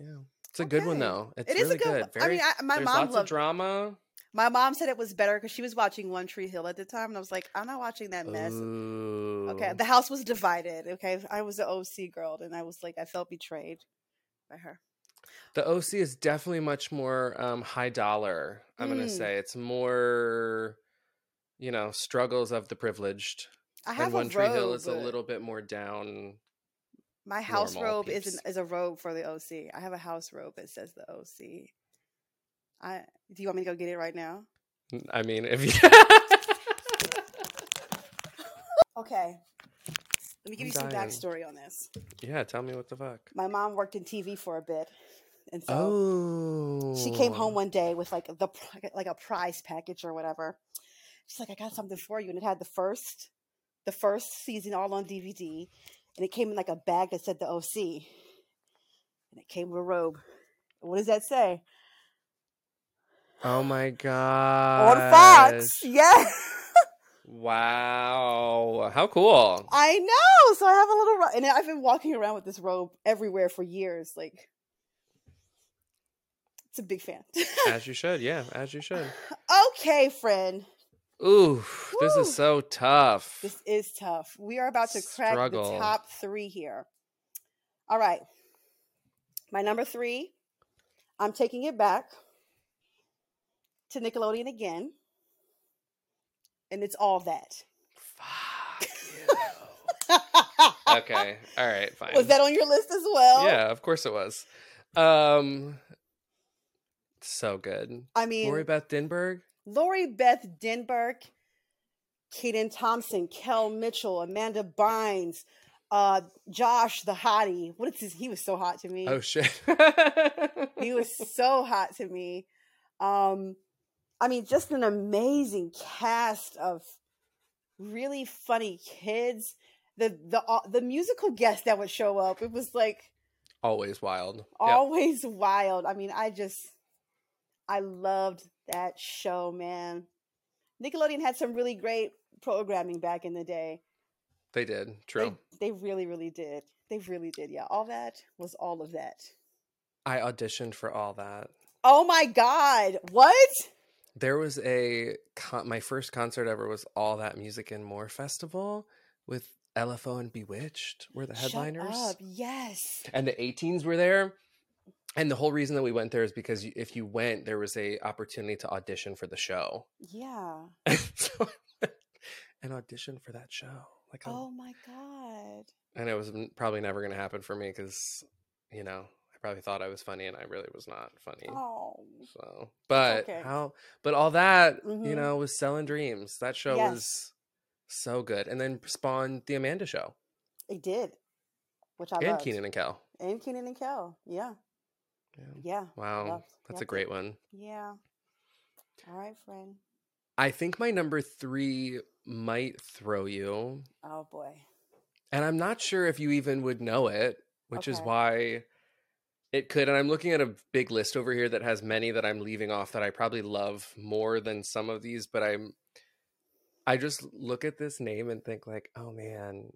Speaker 1: yeah. It's a good one
Speaker 2: Okay.
Speaker 1: though. um, It's
Speaker 2: It is
Speaker 1: really
Speaker 2: a good. one. I mean, I, my
Speaker 1: there's
Speaker 2: mom
Speaker 1: lots of
Speaker 2: loved.
Speaker 1: drama.
Speaker 2: My mom said it was better because she was watching One Tree Hill at the time, and I was like, I'm not watching that mess.
Speaker 1: Oh.
Speaker 2: Okay,
Speaker 1: Ooh.
Speaker 2: the house was divided. Okay, I was the OC girl, and I was like, I felt betrayed by her.
Speaker 1: The OC is definitely much more um, high dollar. I'm gonna
Speaker 2: Mm.
Speaker 1: say it's more, you know, struggles of the privileged.
Speaker 2: I have
Speaker 1: And One
Speaker 2: a
Speaker 1: Tree
Speaker 2: robe.
Speaker 1: Hill is a little bit more down.
Speaker 2: my house
Speaker 1: normal
Speaker 2: robe is an,
Speaker 1: peeps.
Speaker 2: is a robe for the OC. I have a house robe that says the OC. I do you want me to go get it right now?
Speaker 1: I mean, if you.
Speaker 2: Okay. Let me give
Speaker 1: I'm
Speaker 2: you some
Speaker 1: dying.
Speaker 2: backstory on this.
Speaker 1: yeah, tell me what the fuck.
Speaker 2: My mom worked in TV for a bit, and so.
Speaker 1: Oh.
Speaker 2: she came home one day with like the pri- like a prize package or whatever. She's like, I got something for you, and it had the first, the first season all on DVD, and it came in like a bag that said the OC, and it came with a robe. What does that say?
Speaker 1: Oh my god.
Speaker 2: On Fox, yeah.
Speaker 1: Wow. How cool.
Speaker 2: I know. So I have a little, ro- and I've been walking around with this robe everywhere for years. Like, it's a big fan.
Speaker 1: As you should. Yeah, as you should.
Speaker 2: okay, friend,
Speaker 1: Ooh, this
Speaker 2: Woo.
Speaker 1: is so tough.
Speaker 2: This is tough. We are about to crack the
Speaker 1: Struggle.
Speaker 2: top three here. All right. My number three, I'm taking it back to Nickelodeon again. And it's all that.
Speaker 1: Fuck you. okay. All right, fine.
Speaker 2: Was that on your list as well?
Speaker 1: Yeah, of course it was. Um so good.
Speaker 2: I mean,
Speaker 1: Lori
Speaker 2: Lori,
Speaker 1: Beth Dinberg?
Speaker 2: Beth Denberg, Kaden Thompson, Kel Mitchell, Amanda Bynes, uh, Josh the Hottie. What is his? He was so hot to me.
Speaker 1: Oh shit.
Speaker 2: he was so hot to me. Um, I mean, just an amazing cast of really funny kids. The the uh, the musical guest that would show up, it was like
Speaker 1: always wild. Yep.
Speaker 2: always wild. I mean, I just I loved that show, man. Nickelodeon had some really great programming back in the day.
Speaker 1: They did. True.
Speaker 2: They, they really, really did. They really did. Yeah, all that was all of that.
Speaker 1: I auditioned for all that.
Speaker 2: Oh my God! What?
Speaker 1: There was a con- my first concert ever was all that music and more festival with LFO and Bewitched were the
Speaker 2: Shut
Speaker 1: headliners,
Speaker 2: up. Yes.
Speaker 1: and the 18s were there. And the whole reason that we went there is because you, if you went, there was a opportunity to audition for the show.
Speaker 2: Yeah.
Speaker 1: so I went and audition for that show. Like, I-
Speaker 2: Oh my god.
Speaker 1: and it was n- probably never going to happen for me because, you know, I probably thought I was funny and I really was not funny.
Speaker 2: Oh.
Speaker 1: So, but
Speaker 2: okay.
Speaker 1: how? But all that
Speaker 2: Mhm.
Speaker 1: you know was selling dreams. That show
Speaker 2: Yes.
Speaker 1: was so good, and then spawned the Amanda Show
Speaker 2: It did. Which I
Speaker 1: and
Speaker 2: loved.
Speaker 1: Keenan and Kel.
Speaker 2: And Keenan and Kel. Yeah.
Speaker 1: Yeah.
Speaker 2: Yeah.
Speaker 1: Wow,
Speaker 2: Loved-
Speaker 1: Oh, that's
Speaker 2: loved
Speaker 1: a
Speaker 2: it.
Speaker 1: great one.
Speaker 2: Yeah. All right, friend.
Speaker 1: I think my number three might throw you,
Speaker 2: Oh boy.
Speaker 1: and I'm not sure if you even would know it, which is
Speaker 2: Okay.
Speaker 1: why it could. And I'm looking at a big list over here that has many that I'm leaving off that I probably love more than some of these, but I'm. I just look at this name and think like, oh man,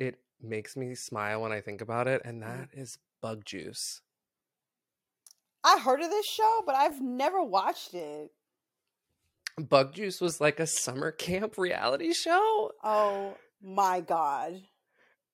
Speaker 1: it makes me smile when I think about it, and that is Bug Juice.
Speaker 2: I heard of this show, but I've never watched it.
Speaker 1: Bug Juice was like a summer camp reality show,
Speaker 2: Oh my god.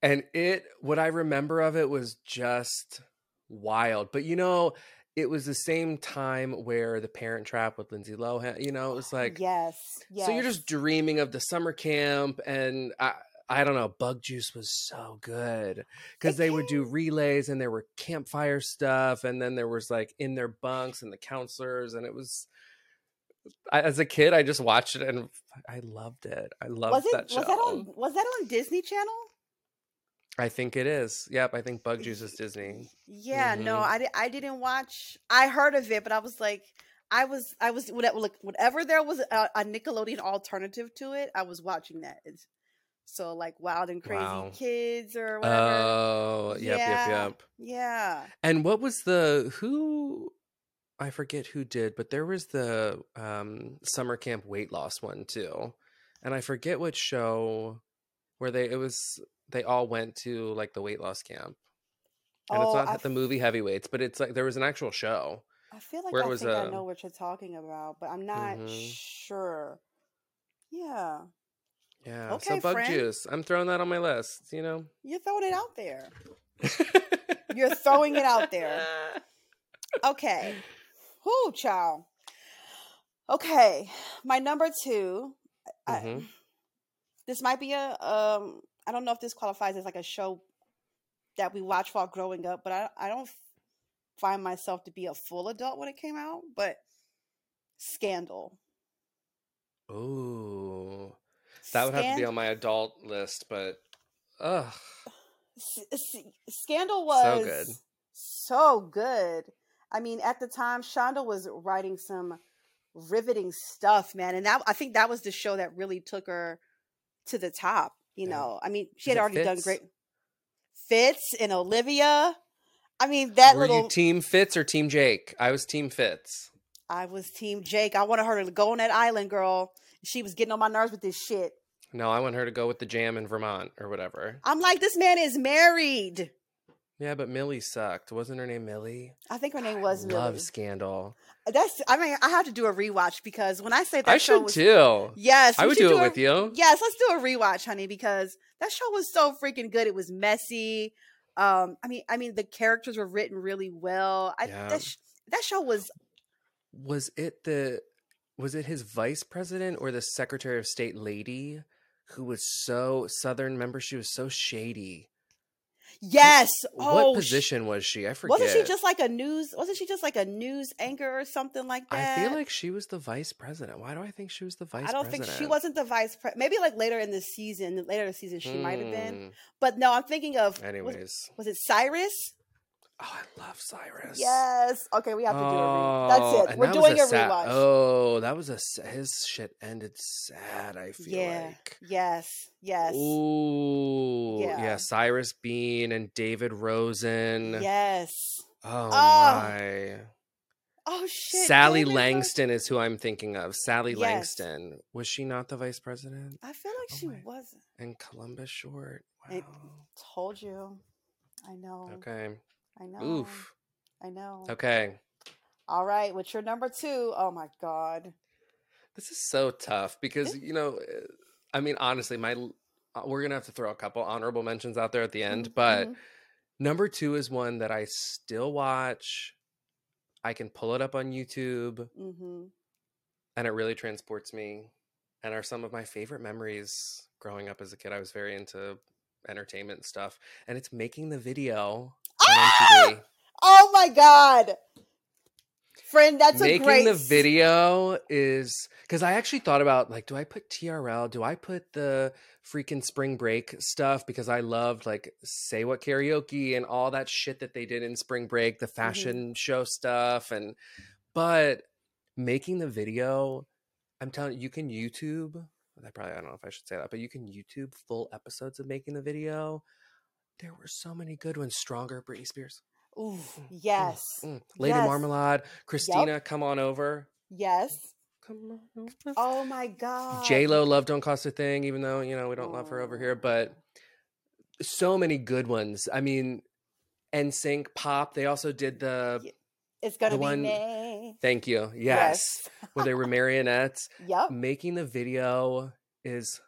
Speaker 1: and it what I remember of it was just wild. But you know, it was the same time where The Parent Trap with Lindsay Lohan. You know, it was like
Speaker 2: yes. Oh, Yes.
Speaker 1: so you're just dreaming of the summer camp, and I I don't know. Bug Juice was so good. because
Speaker 2: It
Speaker 1: they would
Speaker 2: came-
Speaker 1: do relays and there were campfire stuff and then there was like in their bunks and the counselors and it was I, as a kid i just watched it and i loved it i loved
Speaker 2: Was it
Speaker 1: that show
Speaker 2: was that on was that on Disney Channel?
Speaker 1: i think it is yep i think bug juice is disney
Speaker 2: Yeah, no,
Speaker 1: Mhm.
Speaker 2: I di- I didn't watch. I heard of it, but I was like, I was I was whatever look whatever there was a, a Nickelodeon alternative to it, I was watching that. It's- So like Wild and Crazy
Speaker 1: Wow.
Speaker 2: Kids or whatever.
Speaker 1: oh yep yep
Speaker 2: Yeah.
Speaker 1: yep
Speaker 2: yeah,
Speaker 1: and what was the who i forget who did but there was the um summer camp weight loss one too and I forget what show where they it was they all went to like the weight loss camp. And it's
Speaker 2: Oh,
Speaker 1: not
Speaker 2: I
Speaker 1: at the movie Heavyweights, but it's like there was an actual show.
Speaker 2: I feel like
Speaker 1: where it
Speaker 2: I
Speaker 1: was,
Speaker 2: think I
Speaker 1: uh,
Speaker 2: know what you're talking about, but I'm not
Speaker 1: Mhm.
Speaker 2: sure. Yeah,
Speaker 1: Yeah. so
Speaker 2: Okay,
Speaker 1: bug
Speaker 2: friend.
Speaker 1: juice. I'm throwing that on my list, you know.
Speaker 2: you're throwing
Speaker 1: Mm.
Speaker 2: it out there. You're throwing it out there. Okay. Whoo, child. Okay, my number two. I-
Speaker 1: Mhm.
Speaker 2: this might be a um. I don't know if this qualifies as like a show that we watched while growing up, but I I don't find myself to be a full adult when it came out. But Scandal.
Speaker 1: Ooh. That would have to be
Speaker 2: Scan-
Speaker 1: on my adult list, but ugh.
Speaker 2: S- S- Scandal was
Speaker 1: So good.
Speaker 2: so good. I mean, at the time, Shonda was writing some riveting stuff, man, and that I think that was the show that really took her to the top. You
Speaker 1: Yeah.
Speaker 2: know, I mean, she
Speaker 1: Was it
Speaker 2: had already done
Speaker 1: Fitz?
Speaker 2: great. Fitz and Olivia. I mean, that
Speaker 1: Were
Speaker 2: little.
Speaker 1: you team Fitz or team Jake? I was team Fitz.
Speaker 2: I was Team Jake. I wanted her to go on that island, girl. She was getting on my nerves with this shit.
Speaker 1: No, I want her to go with the jam in Vermont or whatever.
Speaker 2: I'm like, this man is married.
Speaker 1: Yeah, but Millie sucked. Wasn't her name Millie?
Speaker 2: I think her name was
Speaker 1: I love
Speaker 2: Millie.
Speaker 1: Scandal.
Speaker 2: That's. I mean, I have to do a rewatch because when I say that
Speaker 1: I
Speaker 2: show
Speaker 1: should
Speaker 2: was
Speaker 1: too.
Speaker 2: Yes,
Speaker 1: I
Speaker 2: we
Speaker 1: would
Speaker 2: should
Speaker 1: do it
Speaker 2: a-
Speaker 1: with you.
Speaker 2: Yes, let's do a rewatch, honey, because that show was so freaking good. It was messy. Um, I mean, I mean, the characters were written really well. I
Speaker 1: Yeah.
Speaker 2: that, sh- that show was
Speaker 1: Was it the was it his vice president or the secretary of state lady who was so southern? Remember, she was so shady.
Speaker 2: yes. oh,
Speaker 1: what
Speaker 2: sh-
Speaker 1: position was she? I forget.
Speaker 2: wasn't she just like a news? Wasn't she just like a news anchor or something like
Speaker 1: I
Speaker 2: that?
Speaker 1: feel like she was the vice president. Why do I think she was the vice?
Speaker 2: I don't
Speaker 1: president?
Speaker 2: think she wasn't the vice. Pre- Maybe like later in the season, later in the season, she might have been.
Speaker 1: Hmm.
Speaker 2: But no, I'm thinking of was-
Speaker 1: Anyways,
Speaker 2: Was, it Cyrus?
Speaker 1: oh, I love Cyrus.
Speaker 2: Yes. Okay, we have to do a re-
Speaker 1: Oh,
Speaker 2: That's it.
Speaker 1: and
Speaker 2: We're
Speaker 1: that was
Speaker 2: doing a
Speaker 1: sad-
Speaker 2: rewatch.
Speaker 1: Oh, that was a s- his shit ended sad. I feel
Speaker 2: Yeah.
Speaker 1: like.
Speaker 2: Yes. Yes.
Speaker 1: Ooh, yeah.
Speaker 2: Yeah.
Speaker 1: Cyrus Bean and David Rosen.
Speaker 2: Yes.
Speaker 1: Oh, my.
Speaker 2: Oh shit.
Speaker 1: Sally
Speaker 2: David Ro-
Speaker 1: Langston is who I'm thinking of. Sally
Speaker 2: Yes.
Speaker 1: Langston. Was she not the vice president?
Speaker 2: I feel like
Speaker 1: Oh,
Speaker 2: she
Speaker 1: wait.
Speaker 2: wasn't.
Speaker 1: And Columbus Short. Wow.
Speaker 2: It- Told you. I know.
Speaker 1: Okay.
Speaker 2: I know.
Speaker 1: Oof.
Speaker 2: I know.
Speaker 1: Okay.
Speaker 2: All right. What's your number two? Oh my god.
Speaker 1: This is so tough because, you know, eh, I mean, honestly, my l- uh, we're going to have to throw a couple honorable mentions out there at the end,
Speaker 2: Mhm,
Speaker 1: but
Speaker 2: mhm.
Speaker 1: Number two is one that I still watch. I can pull it up on YouTube
Speaker 2: Mhm.
Speaker 1: and it really transports me and are some of my favorite memories growing up as a kid. I was very into entertainment stuff and it's making the video on
Speaker 2: Ah!
Speaker 1: MTV.
Speaker 2: Oh my god. Friend, that's a
Speaker 1: making
Speaker 2: great
Speaker 1: the video is because I actually thought about like, do I put TRL? Do I put the freaking spring break stuff? Because I loved like Say What Karaoke and all that shit that they did in spring break,
Speaker 2: Mm-hmm.
Speaker 1: the fashion show stuff. And but making the video, I'm telling you, you can YouTube. I probably I don't know if I should say that, but you can YouTube full episodes of making the video. There were so many good ones. Stronger, Britney Spears.
Speaker 2: Ooh,
Speaker 1: Mm,
Speaker 2: yes.
Speaker 1: Mm, Lady
Speaker 2: Yes.
Speaker 1: Marmalade, Christina, come on over.
Speaker 2: Yes.
Speaker 1: Come on over.
Speaker 2: Oh my god.
Speaker 1: J Lo, love don't cost a thing. Even though you know we don't love her over here,
Speaker 2: Oh.
Speaker 1: but so many good ones. I mean, NSYNC, Pop. They also did the.
Speaker 2: Ye- It's gonna
Speaker 1: the
Speaker 2: be
Speaker 1: one-
Speaker 2: me.
Speaker 1: Thank you. Yes, where they were marionettes.
Speaker 2: Yep.
Speaker 1: Making the video is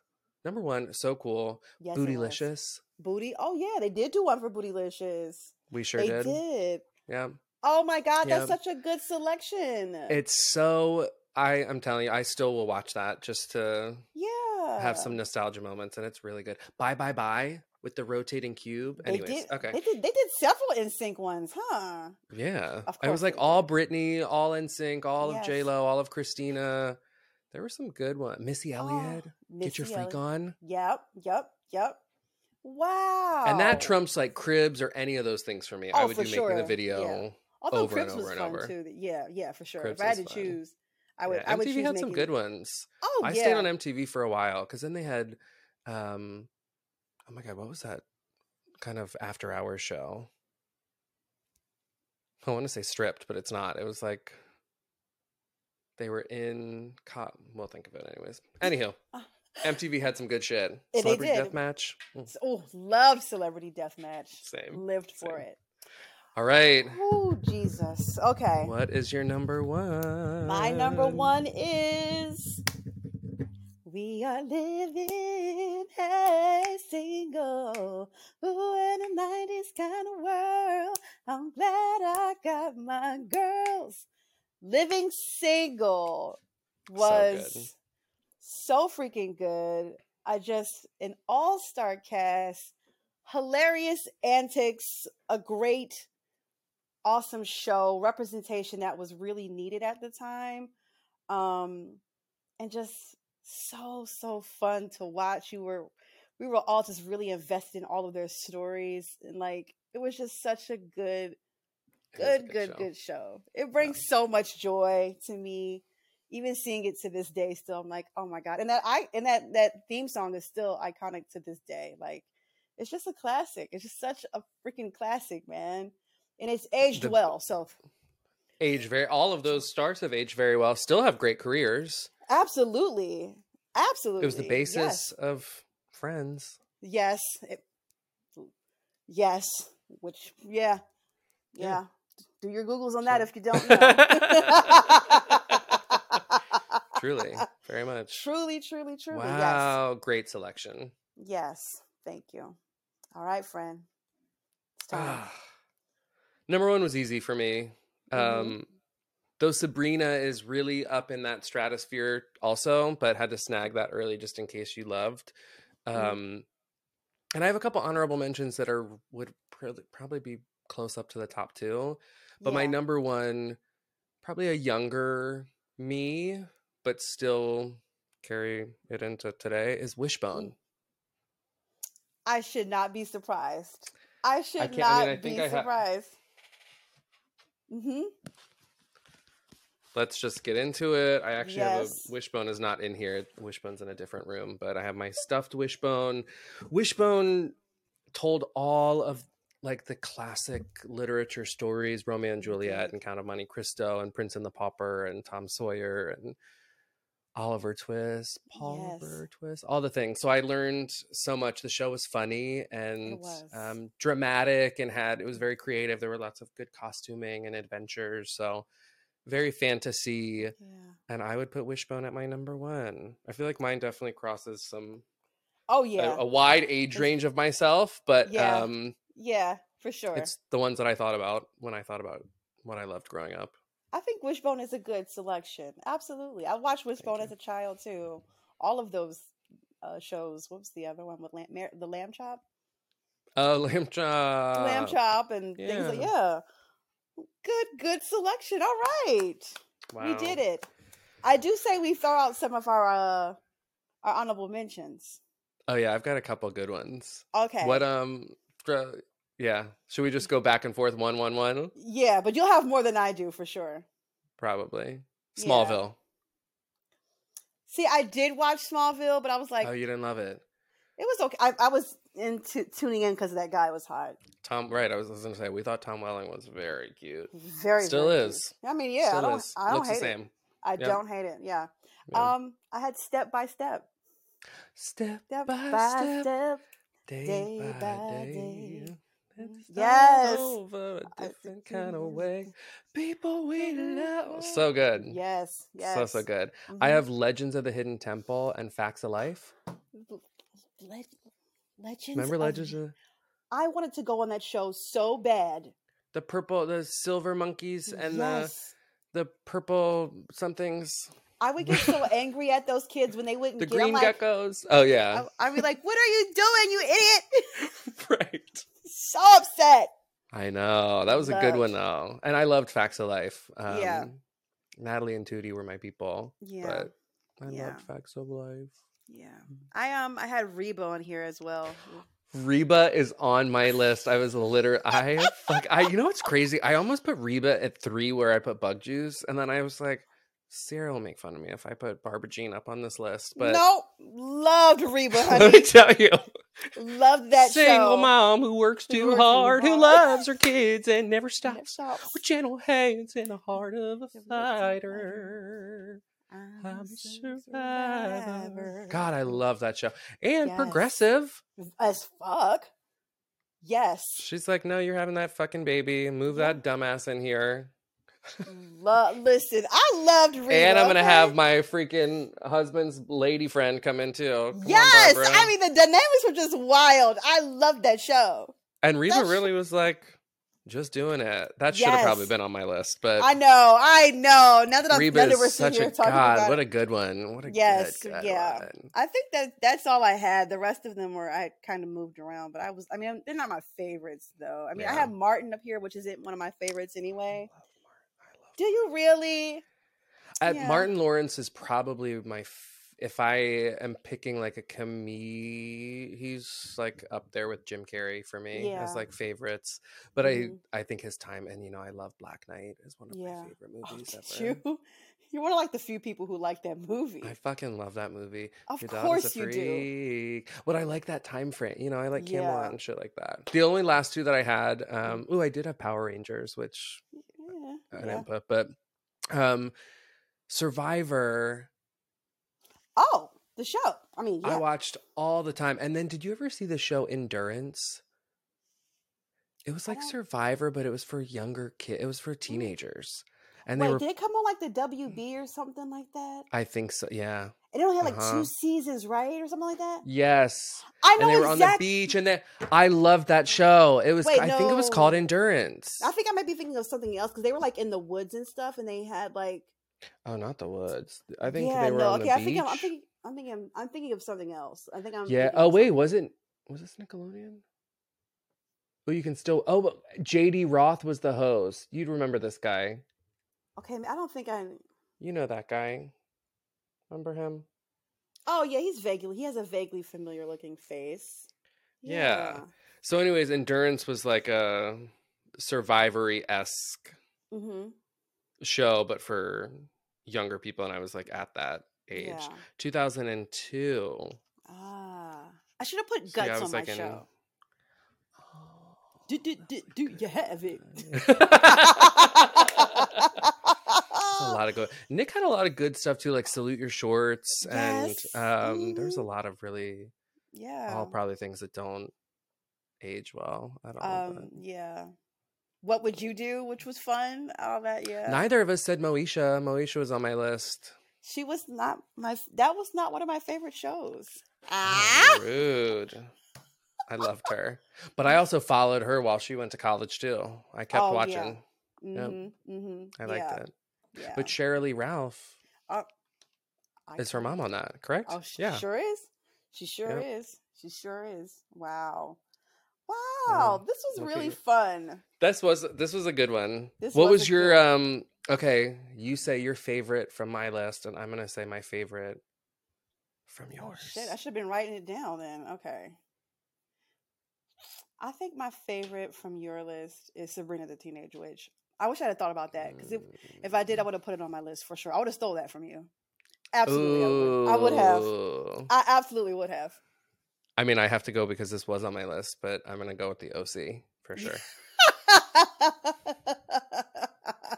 Speaker 1: number one. So cool.
Speaker 2: Yes, it was.
Speaker 1: Bootylicious.
Speaker 2: Booty. Oh yeah, they did do one for Bootylicious.
Speaker 1: We sure
Speaker 2: they
Speaker 1: did.
Speaker 2: did.
Speaker 1: Yeah.
Speaker 2: Oh my god,
Speaker 1: Yeah.
Speaker 2: that's such a good selection.
Speaker 1: It's so. I I'm telling you, I still will watch that just to
Speaker 2: yeah.
Speaker 1: have some nostalgia moments, and it's really good. Bye bye bye with the rotating cube.
Speaker 2: They
Speaker 1: Anyways,
Speaker 2: did.
Speaker 1: okay.
Speaker 2: They did. They did several in sync ones, huh?
Speaker 1: Yeah.
Speaker 2: Of
Speaker 1: I
Speaker 2: course
Speaker 1: was like
Speaker 2: they
Speaker 1: all
Speaker 2: did.
Speaker 1: Britney, all NSYNC, all of
Speaker 2: Yes.
Speaker 1: J Lo, all of Christina. There were some good ones. Missy
Speaker 2: Ah,
Speaker 1: Elliott, get your freak
Speaker 2: on.
Speaker 1: on.
Speaker 2: Yep. Yep. Yep. Wow.
Speaker 1: And that trumps like cribs or any of those things for me. I
Speaker 2: Oh,
Speaker 1: would
Speaker 2: for
Speaker 1: do making
Speaker 2: sure.
Speaker 1: the
Speaker 2: Yeah.
Speaker 1: video.
Speaker 2: Although
Speaker 1: over and
Speaker 2: Crips was
Speaker 1: over and
Speaker 2: fun
Speaker 1: over.
Speaker 2: too. Yeah. Yeah. For sure.
Speaker 1: Crips
Speaker 2: if I had
Speaker 1: is
Speaker 2: to
Speaker 1: fun.
Speaker 2: choose, I would.
Speaker 1: Yeah,
Speaker 2: I would
Speaker 1: MTV
Speaker 2: choose
Speaker 1: had some
Speaker 2: making-
Speaker 1: good ones.
Speaker 2: Oh
Speaker 1: I
Speaker 2: yeah.
Speaker 1: stayed on MTV for a while because then they had, um, oh my god, what was that kind of after hour show? I want to say stripped, but it's not. It was like they were in cop. We'll think of it anyways. Anywho, MTV had some good shit.
Speaker 2: Ah. they
Speaker 1: Celebrity
Speaker 2: did.
Speaker 1: Deathmatch. Mm,
Speaker 2: Oh, loved Celebrity Deathmatch.
Speaker 1: Same.
Speaker 2: Lived for
Speaker 1: same.
Speaker 2: it.
Speaker 1: All right.
Speaker 2: Oh, Jesus. Okay.
Speaker 1: What is your number one?
Speaker 2: My number one is We Are Living a Single. Ooh, in a 90s kind of world. I'm glad I got my girls. Living Single
Speaker 1: good.
Speaker 2: was so, freaking good. I just, an all star cast, hilarious antics, a great awesome show representation that was really needed at the time um and just so so fun to watch you were we were all just really invested in all of their stories and like it was just such a good
Speaker 1: It is a
Speaker 2: good good
Speaker 1: show.
Speaker 2: good show it brings so much joy to me even seeing it to this day still i'm like oh my god and that i and that that theme song is still iconic to this day like it's just a classic it's just such a freaking classic man and it's aged
Speaker 1: The-
Speaker 2: well so
Speaker 1: Age very. All of those stars have aged very well. Still have great careers.
Speaker 2: absolutely absolutely
Speaker 1: It was the basis
Speaker 2: yes.
Speaker 1: of Friends.
Speaker 2: Yes. It, yes. Which, yeah.
Speaker 1: Yeah.
Speaker 2: Yeah. Do your Googles on that
Speaker 1: Sure.
Speaker 2: if you don't know.
Speaker 1: Truly, very much.
Speaker 2: truly, truly, truly.
Speaker 1: wow, great selection.
Speaker 2: Yes. Yes. Thank you. All right, friend. It's time.
Speaker 1: Ah. Number one was easy for me. Um,
Speaker 2: Mhm.
Speaker 1: Though Sabrina is really up in that stratosphere also, but had to snag that early just in case you loved. Um,
Speaker 2: Mhm.
Speaker 1: And I have a couple honorable mentions that are would pr- probably be close up to the top two. But my
Speaker 2: Yeah.
Speaker 1: number one, probably a younger me, but still carry it into today, is Wishbone.
Speaker 2: I should not be surprised. I should
Speaker 1: can't- I
Speaker 2: not
Speaker 1: mean, I think
Speaker 2: be
Speaker 1: I ha-
Speaker 2: surprised. mm-hmm.
Speaker 1: Let's just get into it. I actually
Speaker 2: Yes.
Speaker 1: have a wishbone is not in here. Wishbone's in a different room, but I have my stuffed wishbone. Wishbone told all of like the classic literature stories, Romeo and
Speaker 2: Mhm.
Speaker 1: Juliet and Count of Monte Cristo and Prince and the Pauper and Tom Sawyer and Oliver Twist, Paul
Speaker 2: Yes.
Speaker 1: Oliver Twist, all the things. So I learned so much. The show was funny and
Speaker 2: was.
Speaker 1: um, dramatic and had it was very creative. There were lots of good costuming and adventures. So very fantasy.
Speaker 2: Yeah.
Speaker 1: And I would put Wishbone at my number one. I feel like mine definitely crosses some
Speaker 2: Oh
Speaker 1: a-
Speaker 2: yeah.
Speaker 1: a, wide age
Speaker 2: It's-
Speaker 1: range of myself, but
Speaker 2: Yeah.
Speaker 1: um,
Speaker 2: yeah, for sure.
Speaker 1: it's the ones that I thought about when I thought about what I loved growing up.
Speaker 2: I think Wishbone is a good selection. Absolutely. I watched Wishbone
Speaker 1: you.
Speaker 2: as a child too. All of those uh, shows. What was the other one with lamb, Mar- the lamb chop?
Speaker 1: Oh, lamb chop.
Speaker 2: lamb chop and things like
Speaker 1: Uh, yeah.
Speaker 2: yeah. Good, good selection. All right. We
Speaker 1: Wow.
Speaker 2: did it. I do say we throw out some of our uh, our honorable mentions.
Speaker 1: Oh yeah, I've got a couple good ones.
Speaker 2: Okay.
Speaker 1: What um dr- yeah. Should we just go back and forth one one one?
Speaker 2: yeah, but you'll have more than I do for sure.
Speaker 1: Probably.
Speaker 2: Yeah.
Speaker 1: Smallville.
Speaker 2: See, I did watch Smallville, but I was like,
Speaker 1: oh, you didn't love it.
Speaker 2: it was okay. I, I was into tuning in because that guy was hot.
Speaker 1: Tom right, I was, I was gonna say we thought Tom Welling was very cute.
Speaker 2: Very
Speaker 1: Still
Speaker 2: very cute.
Speaker 1: is.
Speaker 2: I mean, yeah,
Speaker 1: Still
Speaker 2: I don't,
Speaker 1: is.
Speaker 2: I don't
Speaker 1: Looks
Speaker 2: hate
Speaker 1: the same.
Speaker 2: it. I
Speaker 1: Yeah.
Speaker 2: don't hate it. Yeah.
Speaker 1: Yeah.
Speaker 2: Um, I had step by step,
Speaker 1: step,
Speaker 2: step
Speaker 1: by,
Speaker 2: by
Speaker 1: step,
Speaker 2: step.
Speaker 1: day,
Speaker 2: day
Speaker 1: by
Speaker 2: by
Speaker 1: day.
Speaker 2: day.
Speaker 1: Let's start
Speaker 2: Yes.
Speaker 1: over a
Speaker 2: I-
Speaker 1: different kind of way. People we love. So good.
Speaker 2: Yes. Mm-hmm. Yes.
Speaker 1: So so good. I
Speaker 2: Mhm.
Speaker 1: have Legends of the Hidden Temple and Facts of Life.
Speaker 2: Le- legends.
Speaker 1: Remember
Speaker 2: of
Speaker 1: Legends
Speaker 2: the-
Speaker 1: of
Speaker 2: I wanted to go on that show so bad.
Speaker 1: the purple, the silver monkeys, and uh,
Speaker 2: yes.
Speaker 1: the the purple somethings,
Speaker 2: I would get so angry at those kids when they wouldn't
Speaker 1: the
Speaker 2: get. I'm
Speaker 1: green
Speaker 2: like,
Speaker 1: geckos. Oh yeah,
Speaker 2: I, I'd be like, "What are you doing, you idiot?"
Speaker 1: right.
Speaker 2: so upset.
Speaker 1: I know that was a good one
Speaker 2: Loved.
Speaker 1: though, and I loved Facts of Life. Um,
Speaker 2: Yeah.
Speaker 1: Natalie and Tootie were my people,
Speaker 2: Yeah.
Speaker 1: but I
Speaker 2: Yeah.
Speaker 1: loved Facts of Life.
Speaker 2: Yeah. I um I had Reba on here as well.
Speaker 1: Reba is on my list. I was literally I like I you know what's crazy? I almost put Reba at three where I put Bug Juice, and then I was like, Sarah will make fun of me if I put Barbara Jean up on this list. But
Speaker 2: nope. Loved Reba,
Speaker 1: let me
Speaker 2: honey.
Speaker 1: tell you,
Speaker 2: Loved that
Speaker 1: single
Speaker 2: show.
Speaker 1: mom who works
Speaker 2: Who
Speaker 1: too
Speaker 2: works too
Speaker 1: hard, who
Speaker 2: hard.
Speaker 1: loves her kids and never
Speaker 2: Never
Speaker 1: stops.
Speaker 2: stops.
Speaker 1: With gentle hands and the heart of a
Speaker 2: Never stops.
Speaker 1: fighter.
Speaker 2: I
Speaker 1: I'm a survivor. God, I love that show. And
Speaker 2: Yes.
Speaker 1: progressive.
Speaker 2: As fuck. Yes.
Speaker 1: She's like, no, you're having that fucking baby. Move
Speaker 2: Yeah.
Speaker 1: that dumbass in here.
Speaker 2: Lo- listen, I loved Rita.
Speaker 1: and I'm gonna
Speaker 2: okay?
Speaker 1: have my freaking husband's lady friend come in too. Oh, Come on,
Speaker 2: Yes,
Speaker 1: Barbara.
Speaker 2: I mean the dynamics were just wild. I loved that show.
Speaker 1: and Reba
Speaker 2: that sh-
Speaker 1: really was like, just doing it. That should have probably
Speaker 2: Yes.
Speaker 1: been on my list, but
Speaker 2: I know, I know. Now that I'm
Speaker 1: Reba
Speaker 2: now that we're
Speaker 1: is
Speaker 2: sitting
Speaker 1: such
Speaker 2: here
Speaker 1: a
Speaker 2: talking
Speaker 1: god.
Speaker 2: about
Speaker 1: What
Speaker 2: it,
Speaker 1: a good one. What a
Speaker 2: Yes,
Speaker 1: good, good
Speaker 2: yeah.
Speaker 1: one.
Speaker 2: I think that that's all I had. The rest of them were I kind of moved around, but I was. I mean, they're not my favorites though. I mean, I
Speaker 1: Yeah.
Speaker 2: have Martin up here, which isn't one of my favorites anyway.
Speaker 1: I love Martin. I love
Speaker 2: Do you really?
Speaker 1: At
Speaker 2: Yeah.
Speaker 1: Martin Lawrence is probably my f- if I am picking like a comedy, he's like up there with Jim Carrey for me
Speaker 2: Yeah.
Speaker 1: as like favorites. But
Speaker 2: Mhm.
Speaker 1: I I think his time and you know I love Black Knight is one of
Speaker 2: Yeah.
Speaker 1: my favorite
Speaker 2: Oh,
Speaker 1: movies
Speaker 2: did
Speaker 1: ever.
Speaker 2: you? You're one of like the few people who like that movie.
Speaker 1: I fucking love that movie.
Speaker 2: of
Speaker 1: Your daughter's a
Speaker 2: course you do.
Speaker 1: freak. But I like that time frame. You know, I like
Speaker 2: Yeah. Mm.
Speaker 1: Camelot and shit like that. The only last two that I had, um, ooh, I did have Power Rangers, which
Speaker 2: Yeah,
Speaker 1: an
Speaker 2: yeah.
Speaker 1: input, but um, Survivor.
Speaker 2: Oh, the show. I mean, yeah.
Speaker 1: I watched all the time. And then did you ever see the show Endurance? It was
Speaker 2: I
Speaker 1: like
Speaker 2: don't- Mm-hmm.
Speaker 1: Survivor, but it was for younger kid. It was for teenagers. And
Speaker 2: Wait,
Speaker 1: they were Mm.
Speaker 2: did it come on like the WB or something like that?
Speaker 1: I think so. Yeah.
Speaker 2: And it only had like
Speaker 1: Uh-huh.
Speaker 2: two seasons, right, or something like that.
Speaker 1: Yes.
Speaker 2: I
Speaker 1: And
Speaker 2: know
Speaker 1: they were on the
Speaker 2: exact-
Speaker 1: beach and then I loved that show. It was
Speaker 2: Wait,
Speaker 1: I think it was called
Speaker 2: no.
Speaker 1: Endurance.
Speaker 2: I think I might be thinking of something else because they were like in the woods and stuff, and they had like.
Speaker 1: oh, not the woods. I think
Speaker 2: yeah,
Speaker 1: they were
Speaker 2: no,
Speaker 1: on
Speaker 2: okay.
Speaker 1: the
Speaker 2: I
Speaker 1: beach.
Speaker 2: think I'm, I'm thinking. um, I'm thinking. I'm thinking of something else. I think I'm.
Speaker 1: yeah.
Speaker 2: thinking
Speaker 1: Oh
Speaker 2: of
Speaker 1: wait,
Speaker 2: something-
Speaker 1: was it was this Nickelodeon? Well, you can still Oh, but JD Roth was the host. You'd remember this guy.
Speaker 2: Okay, I don't think I.
Speaker 1: You know that guy. Remember him?
Speaker 2: Oh yeah, he's vaguely. He has a vaguely familiar looking face.
Speaker 1: Yeah. So, anyways, Endurance was like a survivory esque
Speaker 2: Yeah. Mm-hmm.
Speaker 1: show, but for younger people. And I was like at that age.
Speaker 2: Yeah.
Speaker 1: 2002.
Speaker 2: Ah, I should have put
Speaker 1: So, yeah,
Speaker 2: guts
Speaker 1: I
Speaker 2: on
Speaker 1: was,
Speaker 2: my
Speaker 1: like, in-
Speaker 2: show. Do do do do you have it?
Speaker 1: That's a lot of good. Nick had a lot of good stuff too, like Salute Your Shorts.
Speaker 2: Yes,
Speaker 1: And um, there's a
Speaker 2: mhm.
Speaker 1: lot of really,
Speaker 2: Yeah.
Speaker 1: all probably things that don't age well at all. but-
Speaker 2: um. Yeah. What would you do? Which was fun. All that. Yeah.
Speaker 1: Neither of us said Moesha. Moesha was on my list.
Speaker 2: She was not my. f- That was not one of my favorite shows. Ah!
Speaker 1: How Oh, rude. I loved her. But I also followed her while she went to college too. I kept
Speaker 2: Oh, yeah.
Speaker 1: watching. Yep.
Speaker 2: Mm-hmm, mm-hmm.
Speaker 1: I liked
Speaker 2: yeah,
Speaker 1: it.
Speaker 2: Yeah. Uh,
Speaker 1: But Shirley Ralph
Speaker 2: I
Speaker 1: is her
Speaker 2: couldn't-
Speaker 1: mom on that, correct?
Speaker 2: Oh, she
Speaker 1: yeah.
Speaker 2: sure is. She sure
Speaker 1: Yep.
Speaker 2: is. She sure is. Wow. Wow. This was
Speaker 1: Look at
Speaker 2: really
Speaker 1: it.
Speaker 2: fun.
Speaker 1: This was this was a good one.
Speaker 2: This
Speaker 1: what
Speaker 2: was
Speaker 1: was,
Speaker 2: a
Speaker 1: your
Speaker 2: good-
Speaker 1: um okay, you say your favorite from my list and I'm going to say my favorite from
Speaker 2: Oh,
Speaker 1: yours.
Speaker 2: shit. I should have been writing it down then. Okay. I think my favorite from your list is Sabrina the Teenage Witch. I wish I had thought about that because if, if I did, I would have put it on my list for sure. I would have stole that from you. Absolutely. I would. I would have.
Speaker 1: Ooh.
Speaker 2: I absolutely would have.
Speaker 1: I mean, I have to go because this was on my list, but I'm going to go with the OC for sure.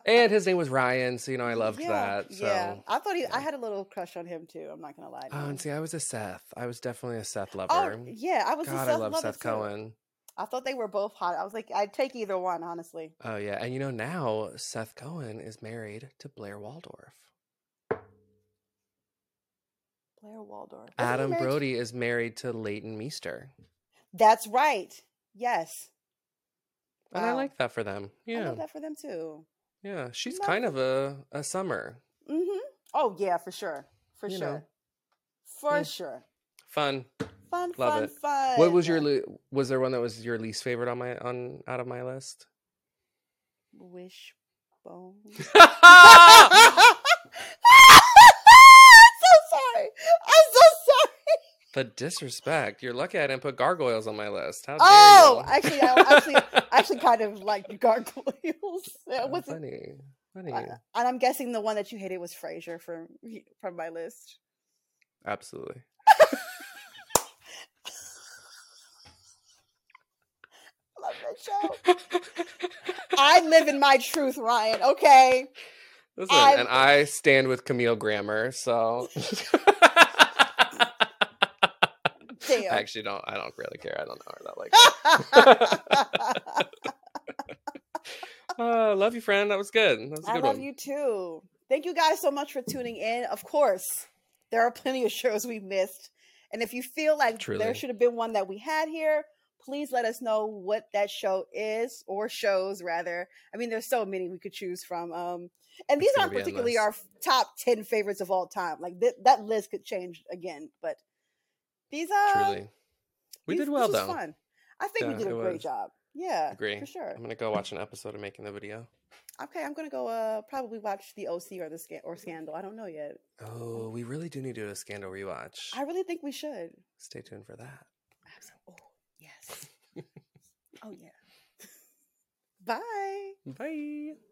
Speaker 1: and his name was Ryan, so you know I loved
Speaker 2: Yeah,
Speaker 1: that. So.
Speaker 2: Yeah, I thought he. I
Speaker 1: yeah.
Speaker 2: had a little crush on him too. I'm not gonna lie. To
Speaker 1: Oh,
Speaker 2: you.
Speaker 1: and see, I was a Seth. I was definitely a Seth lover.
Speaker 2: oh yeah, I was. a
Speaker 1: God, I
Speaker 2: Seth
Speaker 1: love
Speaker 2: lover,
Speaker 1: Seth
Speaker 2: too.
Speaker 1: Cohen.
Speaker 2: I thought they were both hot. I was like, I'd take either one, honestly.
Speaker 1: Oh yeah, and you know now Seth Cohen is married to Blair Waldorf.
Speaker 2: Blair Waldorf, Wasn't he
Speaker 1: Adam
Speaker 2: married to-
Speaker 1: Brody is married to Leighton Meester,
Speaker 2: That's right. Yes.
Speaker 1: and I
Speaker 2: Wow.
Speaker 1: like that for them.
Speaker 2: I
Speaker 1: Yeah,
Speaker 2: love that for them too.
Speaker 1: yeah, she's
Speaker 2: Love
Speaker 1: kind of a a summer
Speaker 2: Mm-hmm. Oh yeah, for sure. For
Speaker 1: You
Speaker 2: sure.
Speaker 1: know.
Speaker 2: For
Speaker 1: Yeah.
Speaker 2: sure.
Speaker 1: fun.
Speaker 2: Fun.
Speaker 1: Love
Speaker 2: fun.
Speaker 1: it.
Speaker 2: Fun.
Speaker 1: What was your le- was there one that was your least favorite on my on out of my list?
Speaker 2: wishbone? so sorry. I'm so sorry.
Speaker 1: the disrespect. You're lucky I didn't put gargoyles on my list. How dare
Speaker 2: Oh,
Speaker 1: you?
Speaker 2: actually, I actually, I actually kind of like gargoyles.
Speaker 1: Oh,
Speaker 2: That wasn't,
Speaker 1: funny, funny,
Speaker 2: uh, and I'm guessing the one that you hated was Frasier from from my list.
Speaker 1: absolutely.
Speaker 2: Love that show. I live in my truth, Ryan. Okay,
Speaker 1: Listen,
Speaker 3: I-
Speaker 1: and I stand with Camille Grammer, so I
Speaker 3: Damn.
Speaker 1: actually don't. I don't really care. I don't know her that like. Uh, love you, friend. That was good. That was a
Speaker 2: I
Speaker 1: good
Speaker 2: love
Speaker 1: one.
Speaker 2: you too. Thank you guys so much for tuning in. Of course, there are plenty of shows we missed. And if you feel like there
Speaker 1: Truly.
Speaker 2: should have been one that we had here, please let us know what that show is or shows rather. I mean, there's so many we could choose from. Um, and these
Speaker 1: It's gonna
Speaker 2: aren't
Speaker 1: be
Speaker 2: particularly
Speaker 1: endless.
Speaker 2: our f- top 10 favorites of all time. Like th- that list could change again, but these uh, are
Speaker 1: Truly, we did well though.
Speaker 2: Fun. I think
Speaker 1: Yeah,
Speaker 2: we did a
Speaker 1: it
Speaker 2: great
Speaker 1: was.
Speaker 2: job. Yeah,
Speaker 1: Agree.
Speaker 2: for sure.
Speaker 1: I'm gonna go watch an episode of making the video.
Speaker 2: Okay, I'm gonna go. Uh, probably watch the OC or the Sca- or Scandal. I don't know yet.
Speaker 1: Oh, we really do need to do a scandal rewatch.
Speaker 2: I really think we should.
Speaker 1: Stay tuned for that.
Speaker 2: Oh yes. oh yeah. Bye.
Speaker 1: Bye.